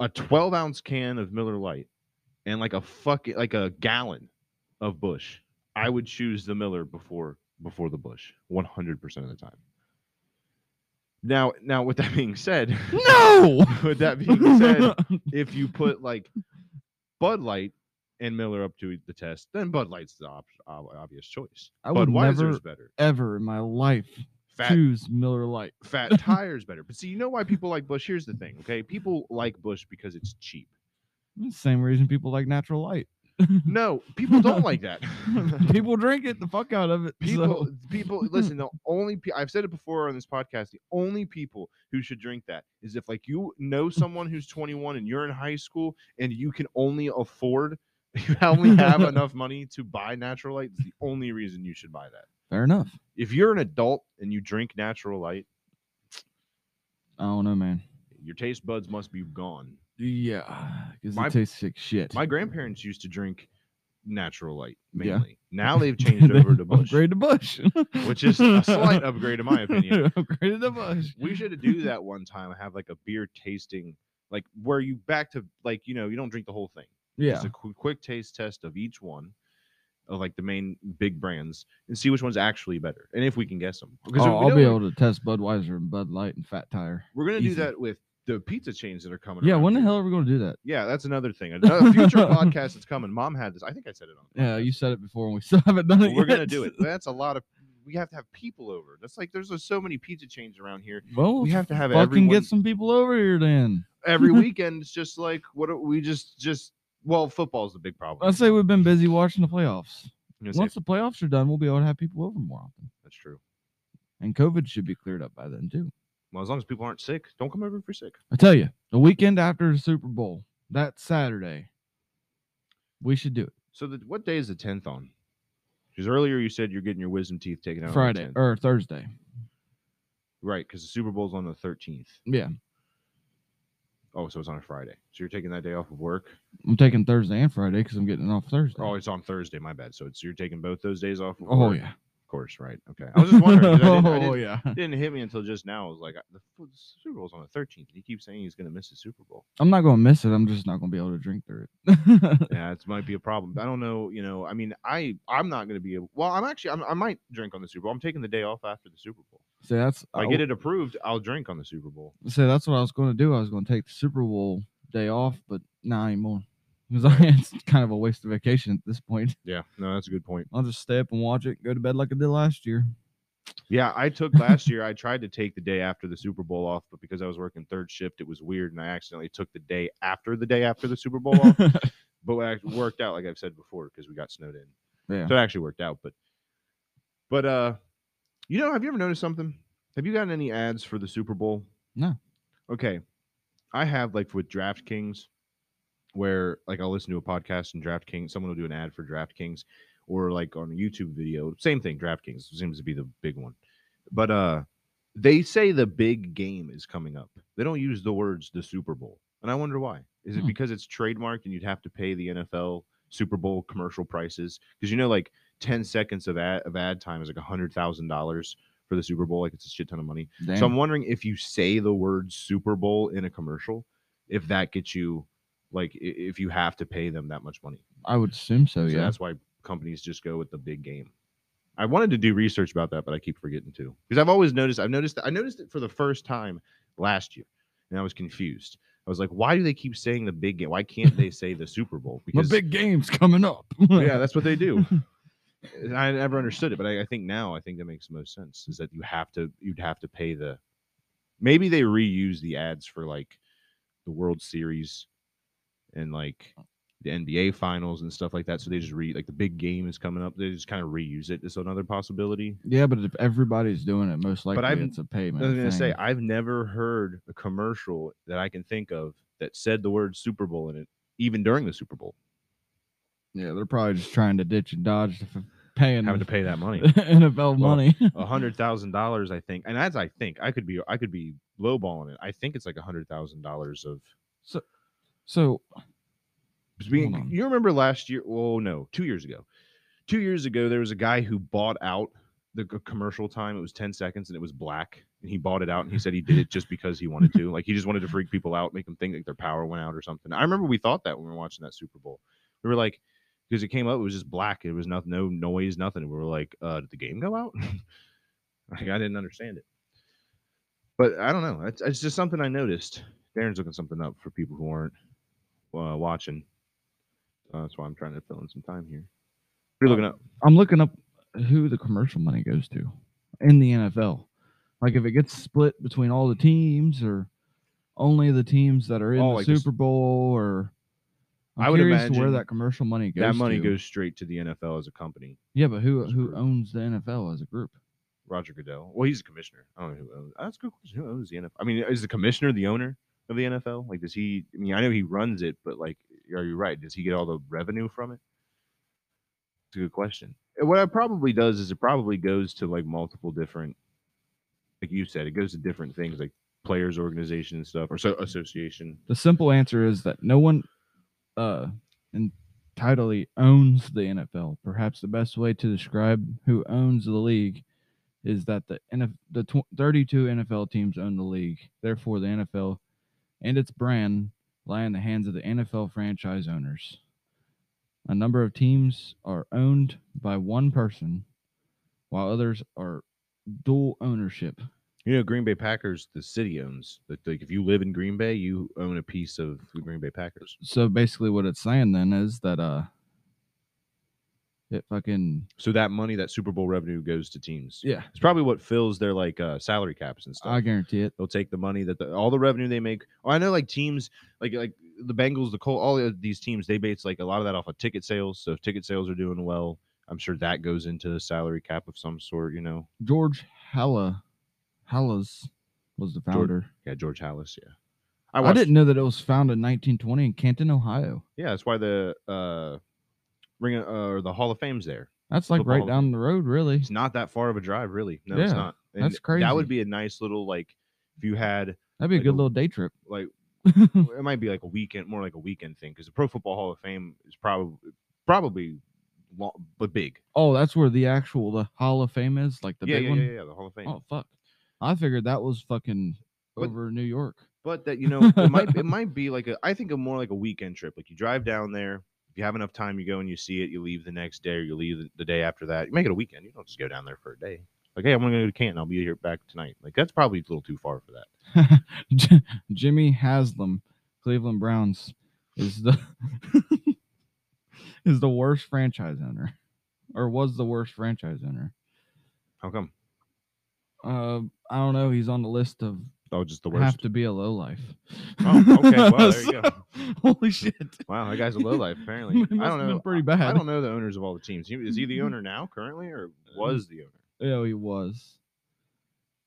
a twelve ounce can of Miller Lite and like a fuck like a gallon of Bush, I would choose the Miller before before the Bush, one hundred percent of the time. Now, now, with that being said,
No.
With that being said, if you put like Bud Light and Miller up to the test, then Bud Light's the op- ob- obvious choice.
I would
Budweiser's
never-
better.
ever in my life
Fat
choose Miller Lite.
fat tires better. But see, you know why people like Bush? Here's the thing, okay? People like Bush because it's cheap.
Same reason people like natural light.
No, people don't like that.
people drink it the fuck out of it.
People,
so-
people, listen. The only pe- I've said it before on this podcast. The only people who should drink that is if, like, you know someone who's 21 and you're in high school and you can only afford, you only have enough money to buy Natural Light. It's the only reason you should buy that.
Fair enough.
If you're an adult and you drink Natural Light,
I don't know, man.
your taste buds must be gone.
Yeah, because
My-
it tastes like shit.
My grandparents used to drink Natural Light
Yeah.
mainly. Now they've changed over to Bush,
Upgrade to Bush,
which is a slight upgrade in my opinion.
Upgrade to Bush.
we should do that one time have like a beer tasting like where you back to like you know you don't drink the whole thing
Yeah,
just a qu- quick taste test of each one of like the main big brands and see which one's actually better and if we can guess them
oh,
because we
I'll
know
be
we-
able to test Budweiser and Bud Light and Fat Tire.
we're gonna do
easy.
that with the pizza chains that are coming
Yeah,
around
when the
here.
hell are we gonna do that?
yeah that's another thing another future podcast that's coming mom had this i think i said it on the
Yeah, you
podcast.
said it before, and we still haven't done it.
But we're gonna
yet.
do it that's a lot of we have to have people over that's like there's so many pizza chains around here
Well,
we have to have
fucking
everyone
get some people over here then.
every weekend it's just like what do- we just just well football's the big problem
I say we've been busy watching the playoffs.
You know, say-
Once the playoffs are done, we'll be able to have people over more often.
that's true
And COVID should be cleared up by then too.
Well, as long as people aren't sick, don't come over if you're sick.
I tell you, the weekend after the Super Bowl, that Saturday, we should do it.
So, the, what day is the tenth on? Because earlier you said you're getting your wisdom teeth taken out. on the
Friday
10th.
or Thursday.
right? Because the Super Bowl's on the thirteenth.
Yeah.
Oh, so it's on a Friday. So you're taking that day off of work.
I'm taking Thursday and Friday because I'm getting it off Thursday.
Oh, it's on Thursday. My bad. So it's you're taking both those days off. Of
Oh,
work?
yeah.
of course, right? Okay. I was just wondering. 'cause I didn't- I
oh
didn't-
yeah.
it didn't hit me until just now. I was like, the f- the Super Bowl's on the 13th. And he keeps saying he's going to miss the Super Bowl.
I'm not gonna miss it. I'm just not gonna be able to drink through it.
yeah, it might be a problem. I don't know. You know, I mean, I I'm not going to be able. Well, I'm actually I'm, I might drink on the Super Bowl. I'm taking the day off after the Super Bowl.
so that's
If I get it approved. I'll drink on the Super Bowl.
So that's what I was gonna do. I was gonna take the Super Bowl day off, but not anymore. Because it's kind of a waste of vacation at this point.
Yeah, no, that's a good point.
I'll just stay up and watch it, go to bed like I did last year.
Yeah, I took last year. I tried to take the day after the Super Bowl off, but because I was working third shift, it was weird, and I accidentally took the day after the day after the Super Bowl off. but it act- worked out, like I've said before, because we got snowed in.
yeah.
So it actually worked out. But but uh you know, have you ever noticed something? Have you gotten any ads for the Super Bowl?
No.
Okay. I have like with DraftKings, where like I'll listen to a podcast and DraftKings, someone will do an ad for DraftKings, or like on a YouTube video, same thing, DraftKings seems to be the big one. But uh they say the big game is coming up. They don't use the words the Super Bowl. And I wonder why. Is it
Hmm.
because it's trademarked and you'd have to pay the NFL Super Bowl commercial prices? Because you know, like 10 seconds of ad, of ad time is like $100,000 for the Super Bowl. Like it's a shit ton of money.
Damn.
So I'm wondering if you say the word Super Bowl in a commercial, if that gets you, like, i- if you have to pay them that much money.
I would assume so,
so
Oh, yeah.
that's why companies just go with the big game. I wanted to do research about that, but I keep forgetting to because I've always noticed. I've noticed. I noticed it for the first time last year, and I was confused. I was like, why do they keep saying the big game? Why can't they say the Super Bowl?
My big game's coming up.
yeah, that's what they do. And I never understood it, but I, I think now I think that makes the most sense is that you have to you'd have to pay the maybe they reuse the ads for like the World Series and like the NBA finals and stuff like that. So they just re like the big game is coming up. They just kind of reuse it. It's another possibility.
Yeah, but if everybody's doing it, most likely
I've-
it's a payment.
I was gonna say
thing.
I've never heard a commercial that I can think of that said the word Super Bowl in it, even during the Super Bowl,
yeah, they're probably just trying to ditch and dodge the f- paying
having to pay that money.
NFL money.
a hundred thousand dollars, I think. And as I think, I could be I could be lowballing it. I think it's like a hundred thousand dollars of
So
being,
on.
you remember last year? Oh no, two years ago. Two years ago, there was a guy who bought out the c- commercial time. It was ten seconds, and it was black. And he bought it out, and he said he did it just because he wanted to. Like he just wanted to freak people out, make them think like their power went out or something. I remember we thought that when we were watching that Super Bowl. We were like, because it came up, it was just black. It was not no noise, nothing. And we were like, uh, did the game go out? like I didn't understand it. But I don't know. It's, it's just something I noticed. Darren's looking something up for people who aren't uh, watching. Uh, that's why I'm trying to fill in some time here. What are you looking up?
I'm looking up who the commercial money goes to in the NFL. Like if it gets split between all the teams or only the teams that are in
Oh,
the
like the s-
Super Bowl or I'm
I would
curious to where
imagine
that commercial money goes.
that money
to.
goes straight to the NFL as a company.
Yeah, but who
as a
who
group.
owns the NFL as a group?
Roger Goodell. Well, he's a commissioner. I don't know who owns. uh, That's a good question. Who owns the NFL? I mean, is the commissioner the owner of the NFL? Like, does he? I mean, I know he runs it, but like, are you right? Does he get all the revenue from it? It's a good question. And What it probably does is it probably goes to like multiple different, like you said, it goes to different things like players' organization and stuff, or so association.
The simple answer is that no one uh entirely owns the NFL. Perhaps the best way to describe who owns the league is that the NF- the tw- 32 NFL teams own the league. Therefore, the NFL and its brand lie in the hands of the NFL franchise owners. A number of teams are owned by one person, while others are dual ownership.
You know, Green Bay Packers, the city owns. Like, like if you live in Green Bay, you own a piece of the Green Bay Packers.
So basically, what it's saying then is that uh, it fucking
So that money, that Super Bowl revenue, goes to teams.
yeah,
It's probably what fills their like uh, salary caps and stuff.
I guarantee it.
They'll take the money that the, all the revenue they make. Oh, I know like teams like like the Bengals, the Colts, all of these teams they base like a lot of that off of ticket sales. So if ticket sales are doing well. I'm sure that goes into a salary cap of some sort. You know,
George Halla, Hallas was the founder.
yeah, George Hallis. Yeah,
I,
watched-
didn't know that it was founded in 1920 in Canton, Ohio.
Yeah, that's why the uh, ring of- uh, or the Hall of Fame's there.
That's like right
Football.
down the road, really.
It's not that far of a drive, really. No, it's
Yeah,
not.
that's
That
crazy.
would be a nice little like if you had
That'd be a
like
good
a-
little day trip.
like it might be like a weekend, more like a weekend thing, because the Pro Football Hall of Fame is probably probably long, but big.
Oh, that's where the actual the Hall of Fame is, like the
yeah,
big
yeah,
one.
yeah, yeah, the Hall of Fame.
Oh fuck! I figured that was fucking
But-
over New York.
But that you know, it might it might be like a I think a more like a weekend trip. Like you drive down there. If you have enough time, you go and you see it. You leave the next day, or you leave the- the day after that. You make it a weekend. You don't just go down there for a day. Like, hey, I'm gonna go to Canton. I'll be here back tonight. Like that's probably a little too far for that.
J- Jimmy Haslam, Cleveland Browns, is the is the worst franchise owner, or was the worst franchise owner.
How come?
Uh, I don't know. He's on the list of
Oh, just the
have
worst.
to be a low life.
Oh, okay, well, there you go.
Holy shit!
Wow, that guy's a low life apparently.
It must
I don't
have been Mm-hmm.
know.
pretty
I- I
bad.
don't know the owners of all the teams. He- Is he the owner now, currently, or
Mm-hmm.
was the owner?
Yeah, Oh, he was.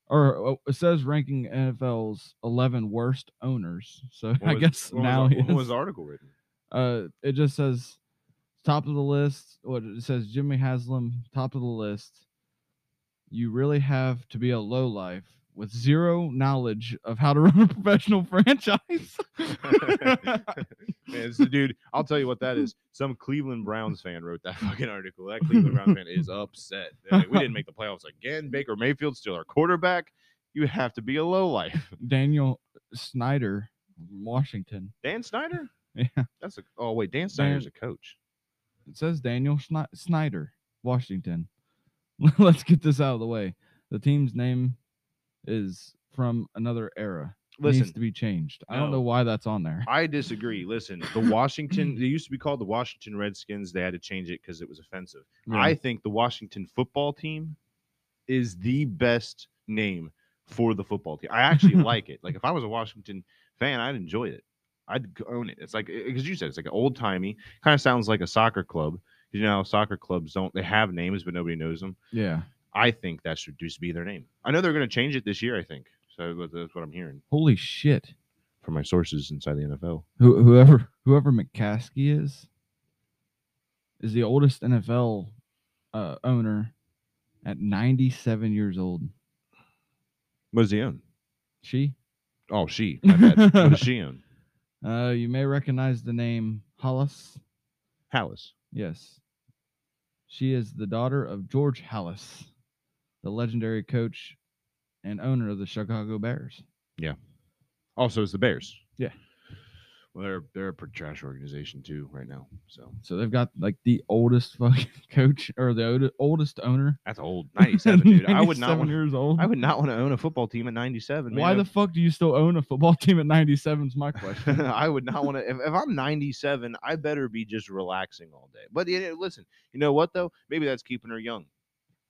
Or uh, it says ranking NFL's eleven worst owners. So
What
I
was-
guess
what was
now
ar-
he
what was
is.
the article written?
Uh, it just says top of the list. What it says, Jimmy Haslam, top of the list. You really have to be a low life with zero knowledge of how to run a professional franchise.
Man, it's the dude. I'll tell you what that is. Some Cleveland Browns fan wrote that fucking article. That Cleveland Browns fan is upset. They're like, we didn't make the playoffs again. Baker Mayfield's still our quarterback. You have to be a low life.
Daniel Snyder, Washington.
Dan Snyder?
Yeah,
That's a oh wait, Dan Snyder's
Dan-
a coach.
it says Daniel Schni- Snyder, Washington. Let's get this out of the way. The team's name is from another era. It
Listen,
needs to be changed. I don't
no.
know why that's on there.
I disagree. Listen, the Washington, they used to be called the Washington Redskins. They had to change it because it was offensive. I
Yeah.
think the Washington football team is the best name for the football team. I actually like it. Like if I was a Washington fan, I'd enjoy it. I'd g- own it. It's like because you said it's like an old timey. Kind of sounds like a soccer club. You know, how soccer clubs don't they have names, but nobody knows them.
yeah.
I think that should just be their name. I know they're going to change it this year. I think so. but That's what I'm hearing
Holy shit.
from my sources inside the NFL.
Who, whoever whoever McCaskey is is the oldest NFL uh, owner at 97 years old.
What does he own?
She.
Oh, she. My bad. what does she own?
Uh, you may recognize the name Hollis.
Hallis.
Yes. She is the daughter of George Hallis, the legendary coach and owner of the Chicago Bears.
Also, it's the Bears.
Yeah.
Well, they're they're a pretty trash organization too right now. So
So they've got like the oldest fucking coach or the od- oldest owner.
that's old. Ninety-seven, dude. I would
97
not want.
years old.
I would not want to own a football team at ninety-seven.
Why the fuck do you still own a football team at 97 is my
f-
question.
I would not want to. If, if I'm 97, I better be just relaxing all day. But yeah, listen, you know what though? Maybe that's keeping her young.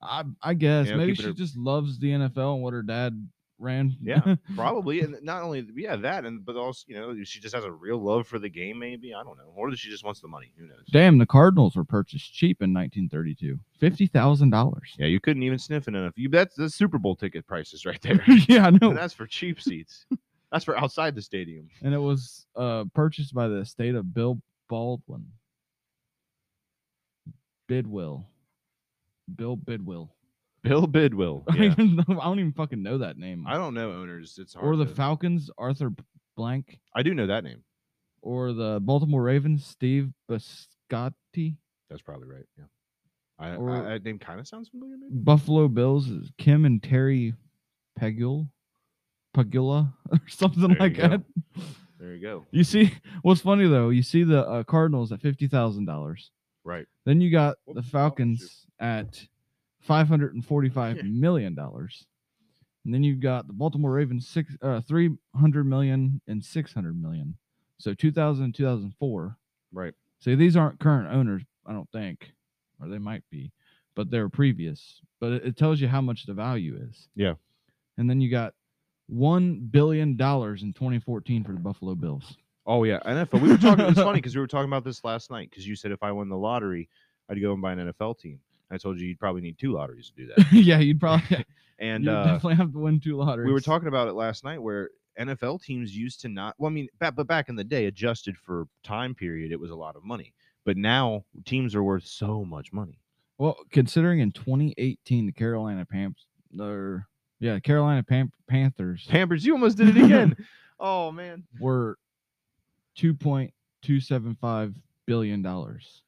I, I guess
Yeah,
maybe
keep it
she
a-
just loves the NFL and what her dad ran.
Yeah, probably. And not only yeah that, and but also you know she just has a real love for the game. Maybe I don't know, or she just wants the money. Who knows?
Damn, the Cardinals were purchased cheap in 1932. $50,000.
Yeah, you couldn't even sniff it enough. You that's the Super Bowl ticket prices right there.
yeah, I know.
And that's for cheap seats. That's for outside the stadium.
and it was uh, purchased by the estate of Bill Baldwin. Bidwill. Bill Bidwill.
Bill Bidwill.
I, don't even know, I don't even fucking know that name.
I don't know owners. It's hard.
Or the
to-
Falcons, Arthur B- Blank.
I do know that name.
Or the Baltimore Ravens, Steve Biscotti.
That's probably right. Yeah. I, I-
Or-
that name kind of sounds familiar. Maybe.
Buffalo Bills, is Kim and Terry Pegul. Pagula or something
There
like
you go.
that.
There you go.
You see, what's funny though, you see the uh, Cardinals at fifty thousand dollars.
Right.
Then you got the
Whoops, oh, shoot.
Falcons at five hundred and forty-five
Yeah.
million dollars, and then you've got the Baltimore Ravens six uh, three hundred million and six hundred million. So 2000, 2004.
Right.
See, these aren't current owners, I don't think, or they might be, but they're previous. But it, it tells you how much the value is.
Yeah.
And then you got one billion dollars in 2014 for the Buffalo Bills.
Oh yeah, NFL. We were talking. It's funny because we were talking about this last night. Because you said if I won the lottery, I'd go and buy an NFL team. I told you you'd probably need two lotteries to do that.
yeah, you'd probably and
And uh,
definitely have to win two lotteries.
we were talking about it last night where NFL teams used to not well, I mean, ba- but back in the day, adjusted for time period, it was a lot of money. But now teams are worth so much money.
Well, considering in 2018 the Carolina Pamps, or yeah, Carolina Pam- Panthers
Pampers, you almost did it again. oh man.
were 2.275 billion dollars.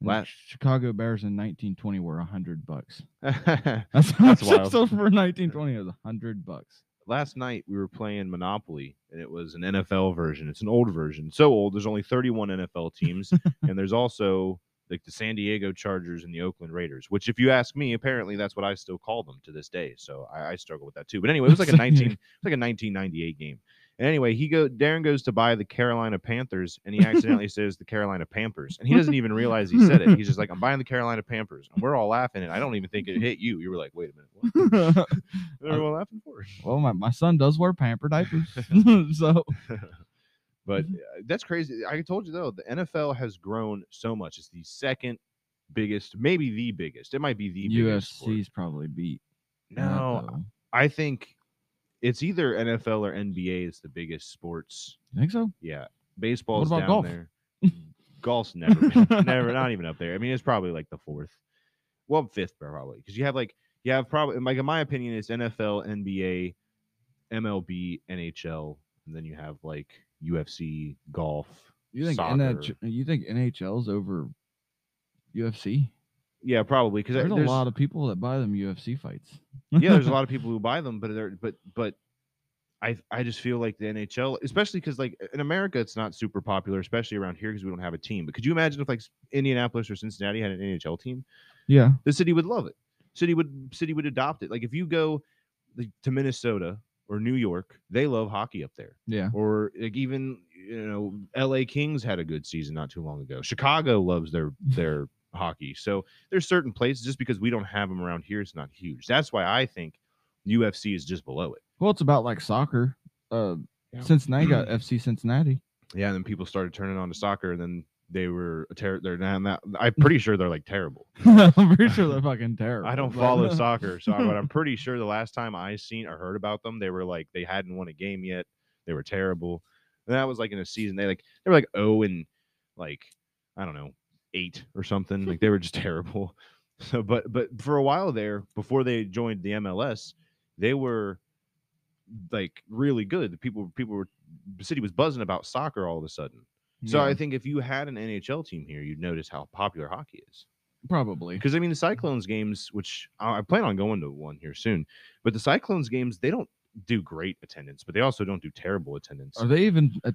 Wow.
Chicago Bears in 1920 were 100 bucks. That's,
That's
That's
wild.
So for 1920, it was 100 bucks.
last night we were playing Monopoly and it was an NFL version. It's an old version. So old, there's only 31 NFL teams. and there's also like the San Diego Chargers and the Oakland Raiders, which if you ask me, apparently that's what I still call them to this day. So I, I struggle with that too. But anyway, it was like a
Yeah.
19 it was like a 1998 game. And anyway, he go Darren goes to buy the Carolina Panthers and he accidentally says the Carolina Pampers. And he doesn't even realize he said it. He's just like, I'm buying the Carolina Pampers. And we're all laughing. And I don't even think it hit you. You were like, wait a minute. What?
well,
What are we all laughing for?
my, my son does wear pamper diapers. so
but
Mhm.
uh, that's crazy. I told you though, the NFL has grown so much. It's the second biggest, maybe the biggest. It might be the biggest. sport.
UFC's probably beat. that,
No,
though.
I think it's either NFL or NBA is the biggest sports.
You think so?
Yeah, baseball's
about
down
golf?
there. Golf's never, been, never, not even up there. I mean, it's probably like the fourth, well, fifth probably because you have like you have probably like in my opinion, it's NFL, NBA, MLB, NHL, and then you have like UFC, golf,
You think
Soccer.
NH- you think NHL's over UFC?
Yeah, probably because
There's, a lot of people that buy them UFC fights.
yeah, there's a lot of people who buy them, but they're but but I I just feel like the NHL, especially because like in America, it's not super popular, especially around here because we don't have a team. But could you imagine if like s- Indianapolis or Cincinnati had an NHL team?
yeah.
The city would love it. City would city would adopt it. Like if you go like, to Minnesota or New York, they love hockey up there.
Yeah.
Or like even you know, L.A. Kings had a good season not too long ago. Chicago loves their their hockey. So there's certain places just because we don't have them around here, it's not huge. That's why I think UFC is just below it.
Well, it's about like soccer. Uh,
Yeah.
Cincinnati got FC Cincinnati.
Yeah, and then people started turning on to soccer, and then they were a ter- they're now now- I'm pretty sure they're like terrible.
I'm pretty sure they're fucking terrible.
I don't
but-
follow soccer, so I, but I'm pretty sure the last time I seen or heard about them, they were like they hadn't won a game yet. They were terrible, and that was like in a season they like they were like oh and like I don't know eight or something. Like they were just terrible. So, but but for a while there, before they joined the MLS, they were like really good. The people people were the city was buzzing about soccer all of a sudden. So I
Yeah,
think if you had an NHL team here, you'd notice how popular hockey is.
probably.
Because I mean, the Cyclones games, which I I plan on going to one here soon, but the Cyclones games, they don't do great attendance, but they also don't do terrible attendance.
Are they even? A,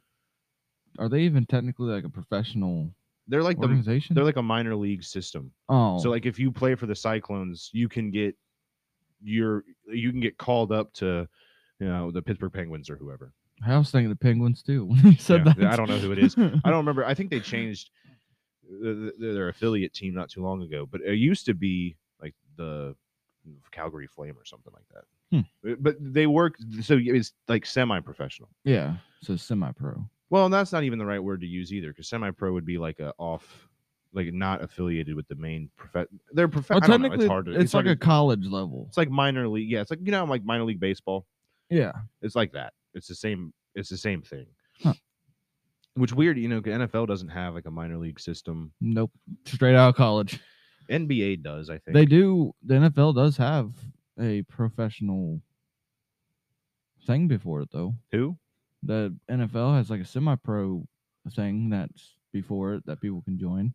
are they even technically like a professional
They, are like the
organization?
they're like a minor league system.
oh,
So like, if you play for the Cyclones, you can get your you can get called up to you know the Pittsburgh Penguins or whoever.
I was thinking the Penguins too when you said
Yeah,
that.
I don't know who it is. I don't remember. I think they changed the, the, their affiliate team not too long ago, but it used to be like the Calgary Flame or something like that.
Hmm.
Uh, But they work so it's like semi-professional.
yeah, so semi-pro.
Well, and that's not even the right word to use either, because semi-pro would be like a off, like not affiliated with the main prof.
Well,
They're professional.
technically,
it's
it's,
hard. To,
like,
hard
a
to-
college level.
It's like minor league. Yeah, it's like you know, like minor league baseball.
yeah,
It's like that. It's the same. It's the same thing.
Huh.
Which weird, you know, 'cause NFL doesn't have like a minor league system.
nope, straight out of college.
NBA does, I think.
They do. The NFL does have a professional thing before it, though.
Who?
The NFL has like a semi-pro thing that's before it that people can join.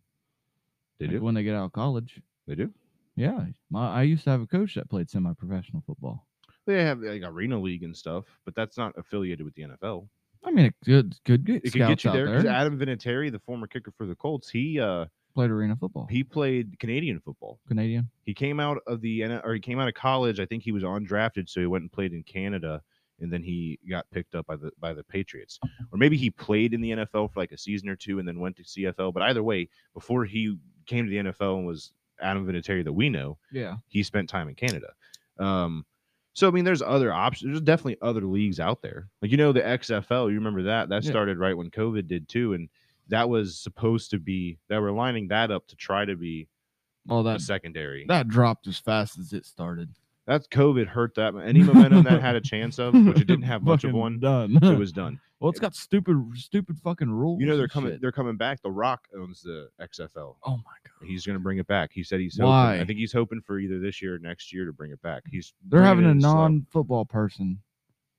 They
like,
do.
when they get out of college.
They do.
Yeah, my I used to have a coach that played semi-professional football.
They have like arena league and stuff, but that's not affiliated with the NFL.
I mean, it could could get
It could
scouts
get you
out
there
there.
because Adam Vinatieri, the former kicker for the Colts, he uh
played arena football.
he played Canadian football.
Canadian.
He came out of the N- or he came out of college. I think he was undrafted, so he went and played in Canada, and then he got picked up by the by the Patriots, or maybe he played in the NFL for like a season or two and then went to CFL. But either way, before he came to the NFL and was Adam Vinatieri that we know,
Yeah.
he spent time in Canada. Um, so I mean, there's other options. There's definitely other leagues out there. Like you know, the XFL. You remember that? That
Yeah.
started right when COVID did too, and that was supposed to be that we're lining that up to try to be
All
a
that
secondary.
that dropped as fast as it started.
That's COVID hurt that any momentum that had a chance of, which it didn't have much of
Fucking
one.
Done.
It was done.
well, it's got stupid, stupid fucking rules.
You know they're
and
coming.
shit.
They're coming back. The Rock owns the XFL.
oh my god.
He's going to bring it back. He said he's hoping,
Why?
I think he's hoping for either this year or next year to bring it back. He's
They're
bringing
having
it
a
in slow.
non-football person,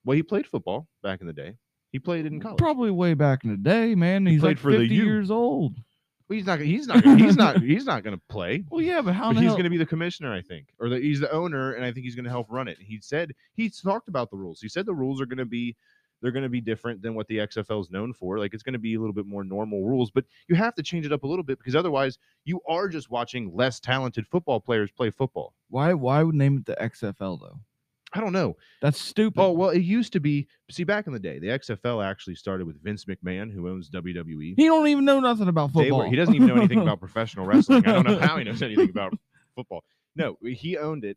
Well, he played football back in the day. He played it in college.
probably way back in the day, man. He's
played
like
for the
50
U.
years old.
Well, he's not. He's not. He's not. He's not going to play.
Well, yeah, but how
But
the
he's
hell?
going to be the commissioner, I think, or the, he's the owner, and I think he's going to help run it. He said he's talked about the rules. He said the rules are going to be they're going to be different than what the XFL is known for. Like it's going to be a little bit more normal rules, but you have to change it up a little bit because otherwise you are just watching less talented football players play football.
Why? Why would name it the XFL though?
I don't know.
That's stupid.
Oh well, it used to be. See, back in the day, the XFL actually started with Vince McMahon, who owns E. WWE.
he don't even know nothing about
They
football.
were, he doesn't even know anything about professional wrestling. I don't know how he knows anything about football. No, he owned it.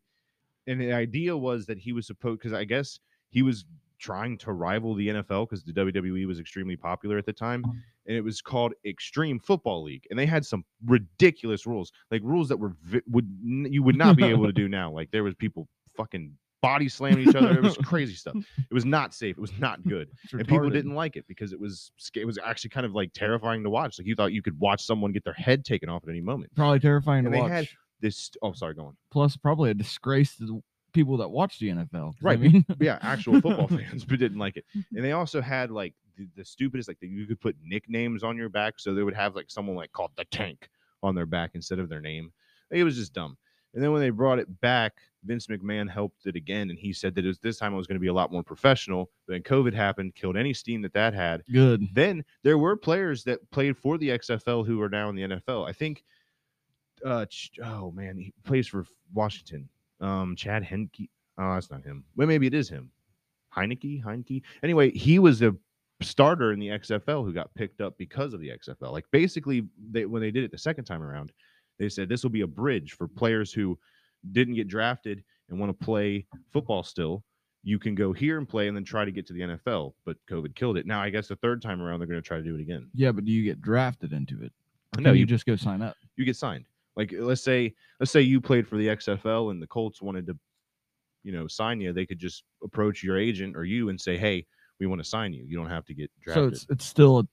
And the idea was that he was supposed, because I guess he was trying to rival the NFL because the WWE was extremely popular at the time. And it was called Extreme Football League. And they had some ridiculous rules, like rules that were, vi- would n- you would not be able to do now. Like there was people fucking body slamming each other. It was crazy stuff. It was not safe. It was not good
It's
and people
retarded.
didn't like it because it was sca- it was actually kind of like terrifying to watch. Like you thought you could watch someone get their head taken off at any moment.
Probably terrifying
And
to
they
watch.
had- This oh sorry, go on.
Plus, probably a disgrace to the people that watch the NFL. 'cause I
Right, be-
mean,
But yeah, actual football fans but didn't like it. And they also had like the, the stupidest like you could put nicknames on your back, so they would have like someone like called the Tank on their back instead of their name. Like, it was just dumb. And then when they brought it back, Vince McMahon helped it again, and he said that it was this time it was going to be a lot more professional. Then COVID happened, killed any steam that that had,
good.
then there were players that played for the XFL who are now in the NFL. I think, uh, Ch- oh man, he plays for Washington. Um, Chad Henke. Oh, that's not him. Well, maybe it is him. Heineke. Heineke. Anyway, he was a starter in the XFL who got picked up because of the XFL. Like basically, they when they did it the second time around, they said this will be a bridge for players who didn't get drafted and want to play football still you can go here and play and then try to get to the NFL, but COVID killed it. Now I guess the third time around they're going to try to do it again.
Yeah, but do you get drafted into it? Or
No,
can you,
you-
just go sign up.
You get signed. Like uh, let's say let's say you played for the XFL and the Colts wanted to you know sign you, they could just approach your agent or you and say, "Hey, we want to sign you. You don't have to get
So
drafted."
it's it's still an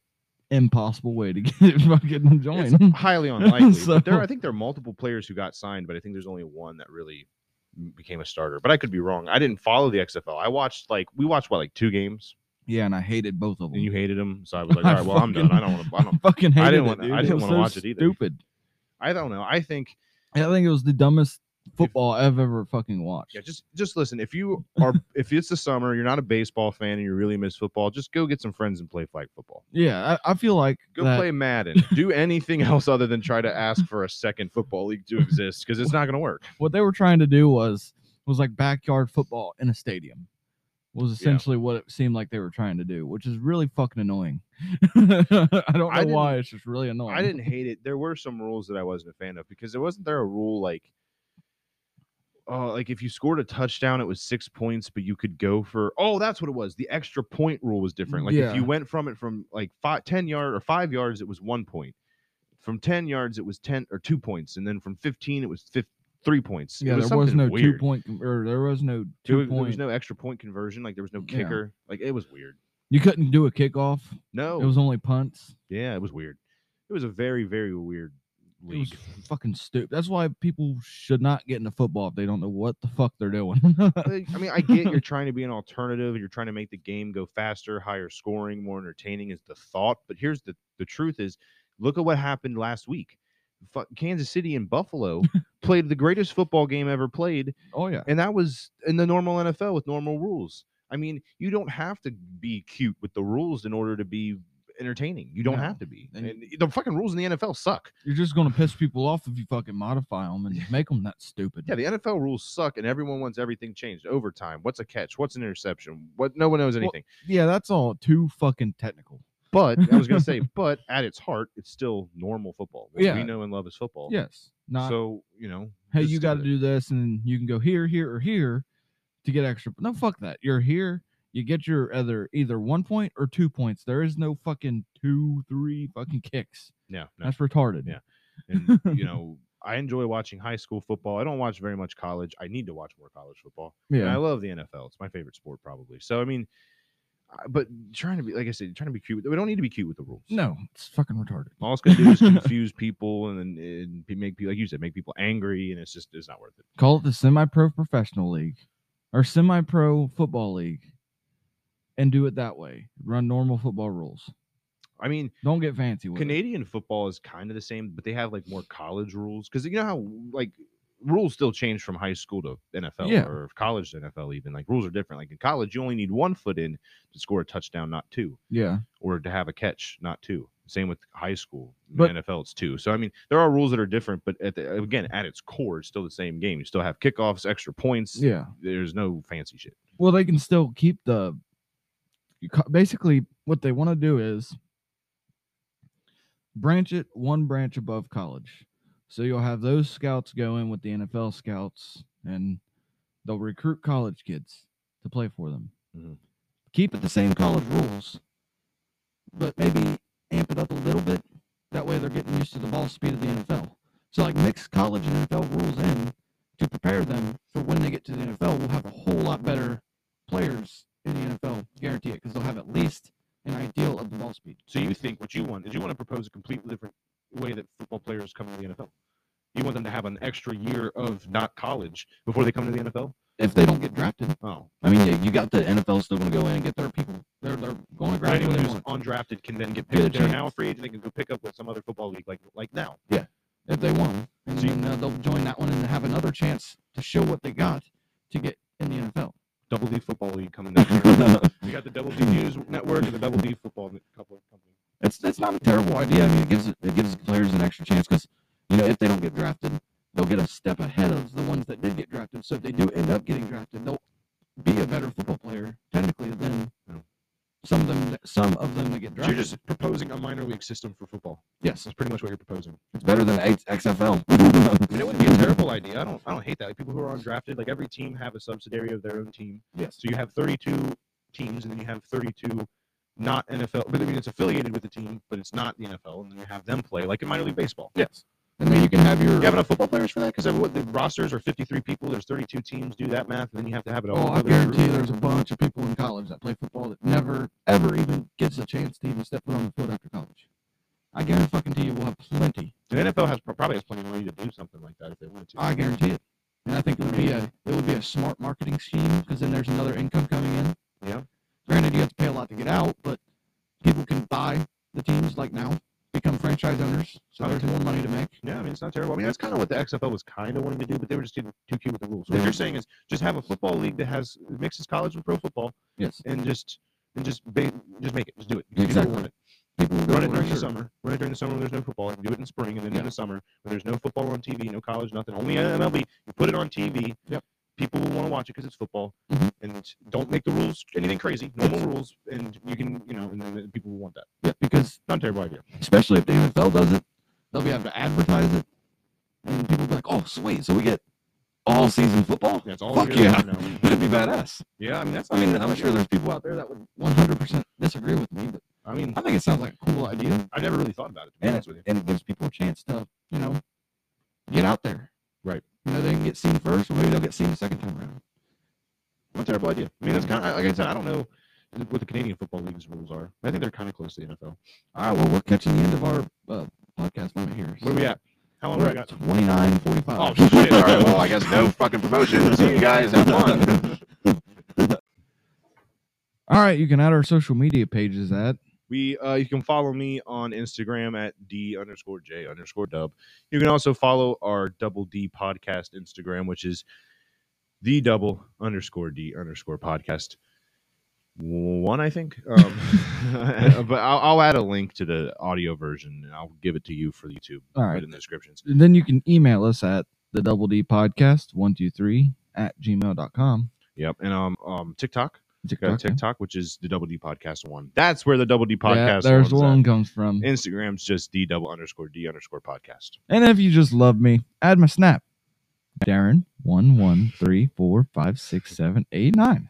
impossible way to get it fucking
It's
joined.
highly unlikely. but there
So-
I think there are multiple players who got signed, but I think there's only one that really became a starter. But I could be wrong. I didn't follow the XFL. I watched like we watched what like two games
yeah, and I hated both of them.
and you hated them. So I was like,
I
"All right, well, I'm done. I don't want to I don't
fucking hated
I didn't
it,
wanna-
dude.
I
It
didn't
was
wanna
so
watch it either.
Stupid.
I don't know. I think
I think it was the dumbest football I've ever fucking watched.
yeah, just just listen. If you are if it's the summer, you're not a baseball fan and you really miss football, just go get some friends and play flag football.
Yeah, I, I feel like
Go
that-
play Madden. Do anything else other than try to ask for a second football league to exist because it's not going to work.
what they were trying to do was was like backyard football in a stadium was essentially what it seemed like they were trying to do, which is really fucking annoying. I don't
I
know why. It's just really annoying.
I didn't hate it. There were some rules that I wasn't a fan of because there wasn't there a rule like oh like if you scored a touchdown it was 6 points but you could go for oh that's what it was. The extra point rule was different. Like if you
Yeah.
went from it from like five, 10 yard or 5 yards it was 1 point. From 10 yards it was 10 or 2 points and then from 15 it was fif 3 points. It
Yeah, there was
something
no two
weird.
point com- or there was no
There
two
was, there
point.
was no extra point conversion like there was no
Yeah.
kicker. Like it was weird.
you couldn't do a kickoff.
No.
It was only punts.
yeah, it was weird. It was a very very weird
It was
league.
fucking stupid. That's why people should not get into football if they don't know what the fuck they're doing.
Like, I mean, I get you're trying to be an alternative. You're trying to make the game go faster, higher scoring, more entertaining is the thought. But here's the the truth is, look at what happened last week. Fuck, Kansas City and Buffalo played the greatest football game ever played,
oh yeah.
and that was in the normal NFL with normal rules. I mean, you don't have to be cute with the rules in order to be entertaining. You don't
No.
have to be.
And-
And the fucking rules in the NFL suck.
You're just gonna piss people off if you fucking modify them and make them that stupid.
Yeah, the NFL rules suck, and everyone wants everything changed. Overtime. What's a catch? What's an interception? What? No one knows
Well,
anything.
yeah, that's all too fucking technical.
But I was gonna say, but at its heart, it's still normal football. What we
Yeah.
know and love is football.
Yes. Not
so you know,
hey,
just
you got to
it.
do this, and you can go here, here, or here to get extra. No, fuck that. You're here. You get your other either one point or two points. There is no fucking two, three fucking kicks.
No, no.
That's retarded.
Yeah. and you know i enjoy watching high school football i don't watch very much college i need to watch more college football and i
Yeah.
love the nfl it's my favorite sport probably so i mean I- but trying to be like i said trying to be cute with- we don't need to be cute with the rules
No, it's fucking retarded.
all it's gonna do is confuse people and then and be- make people like you said make people angry and it's just it's not worth it
Call it the semi pro professional league or semi pro football league and do it that way. Run normal football rules.
i mean
Don't get fancy with it.
Canadian football is kind of the same, but they have like more college rules because you know how like rules still change from high school to NFL
Yeah.
or college to NFL even like rules are different. Like in college, you only need one foot in to score a touchdown, not two,
Yeah.
or to have a catch, not two. Same with high school, In
But-
NFL it's two. So I mean, there are rules that are different, but at the, again, at its core, it's still the same game. You still have kickoffs, extra points.
Yeah.
There's no fancy shit.
Well, they can still keep the. you ca- Basically, what they want to do is branch it one branch above college. So you'll have those scouts go in with the NFL scouts and they'll recruit college kids to play for them.
Mhm.
Keep it the same college rules, but maybe amp it up a little bit. That way they're getting used to the ball speed of the NFL. So, like, mix college and NFL rules in to prepare them for when they get to the NFL. We'll have a whole lot better players in the NFL, guarantee it, because they'll have at least an ideal of the ball speed.
So you think what you want is you want to propose a completely different way that football players come to the NFL. You want them to have an extra year of not college before they come to the NFL.
If they don't get drafted,
Oh,
I mean, you- you got the NFL still going to go in and get their people. They're, they're going to
right.
grab
Anyone
anyone they
who's
want.
undrafted can then get
Get a
picked. up. They're
chance.
now a free agent. They can go pick up with some other football league like like now.
if they want them. And
So you-
then uh, they'll join that one and have another chance to show what they got to get in the NFL.
Double D football league coming next year. we got the Double D News Network and the Double D Football Net- couple company.
It's that's not a terrible idea. I mean, it gives it gives players an extra chance because you know if they don't get drafted, they'll get a step ahead of the ones that did get drafted. So if they do end up getting drafted, they'll be a better football player technically than
Yeah.
some of them. that- Some of them that get
So you're
drafted.
just proposing a minor league system for football.
yes,
That's pretty much what you're proposing.
it's better than X- XFL.
I mean, it wouldn't be a terrible idea. I don't I don't hate that. Like, people who are undrafted, like every team have a subsidiary of their own team.
Yes.
So you have 32 teams, and then you have 32 not NFL, but I mean it's affiliated with the team, but it's not the NFL, and then you have them play like in minor league baseball.
Yes. And then you can have your.
You have enough football players for that because what the rosters are 53 people. There's 32 teams. Do that math, and then you have to have it all.
Oh, I guarantee there's a bunch of people in college that play football that never, ever even gets a chance to even step foot on the field after college. I guarantee you we'll have plenty.
The NFL has probably has plenty of money to do something like that if they wanted to.
I guarantee it. And I think it would be a it would be a smart marketing scheme because then there's another income coming in.
Yeah.
Granted, you have to pay a lot to get out, but people can buy the teams like now, become franchise owners, so there's more money to make.
Yeah, I mean it's not terrible. I mean that's kind of what the XFL was kind of wanting to do, but they were just too, too cute with the rules. What you're saying is just have a football league that has mixes college with pro football,
Yes.
and just and just ba- just make it, just do it.
Exactly.
People want it.
People will go
Run it
for
during the
sure.
summer. Run it during the summer when there's no football. And do it in spring and then
Yeah.
in the summer when there's no football on TV, no college, nothing. Only MLB. You put it on TV.
Yep.
People will want to watch it because it's football.
Mhm.
And don't make the rules anything crazy. Normal rules, and you can, you know, and then people will want that.
Yeah, because
Not a terrible idea.
especially if the NFL does it, they'll be able to advertise it, and people will be like, "Oh, sweet! So we get all season football.
That's all.
Fuck
year
yeah.
round now.
That'd be badass."
Yeah, I mean that's.
I mean, I'm sure there's people out there that would 100% disagree with me, but
I mean,
I think it sounds like a cool idea,
I never really thought about it. To be
and
honest
it,
with you.
and it gives people a chance to, you know, get out there.
Right.
You know, they can get seen first, or maybe they'll get seen the second time around.
Not a terrible idea. I mean, that's kind of like I said. I don't know what the Canadian Football League's rules are. I think they're kind of close to the NFL.
All right. Well, we're catching the end of our uh, podcast limit here.
Where are we at? How long
We're
have we
at
got?
29:45.
Oh shit! All right. Well, I guess no fucking promotion. See you guys. Have fun.
All right, you can add our social media pages at
We uh, you can follow me on Instagram at d underscore j underscore dub. You can also follow our double D podcast Instagram, which is the double underscore d underscore podcast one, I think. Um, but I'll, I'll add a link to the audio version and I'll give it to you for YouTube.
All
Put
right.
it in the descriptions.
And then you can email us at the double D podcast 123 at gmail.com.
Yep. And um, um TikTok. We
TikTok.
got TikTok, which is the double D podcast one. That's where the double D
Yeah,
podcast
there's the
one's at.
one comes from.
Instagram's just d double underscore d underscore podcast.
And if you just love me, add my snap. Darren one one three four five six seven eight nine.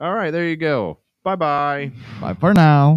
All right, there you go. Bye bye.
Bye for now.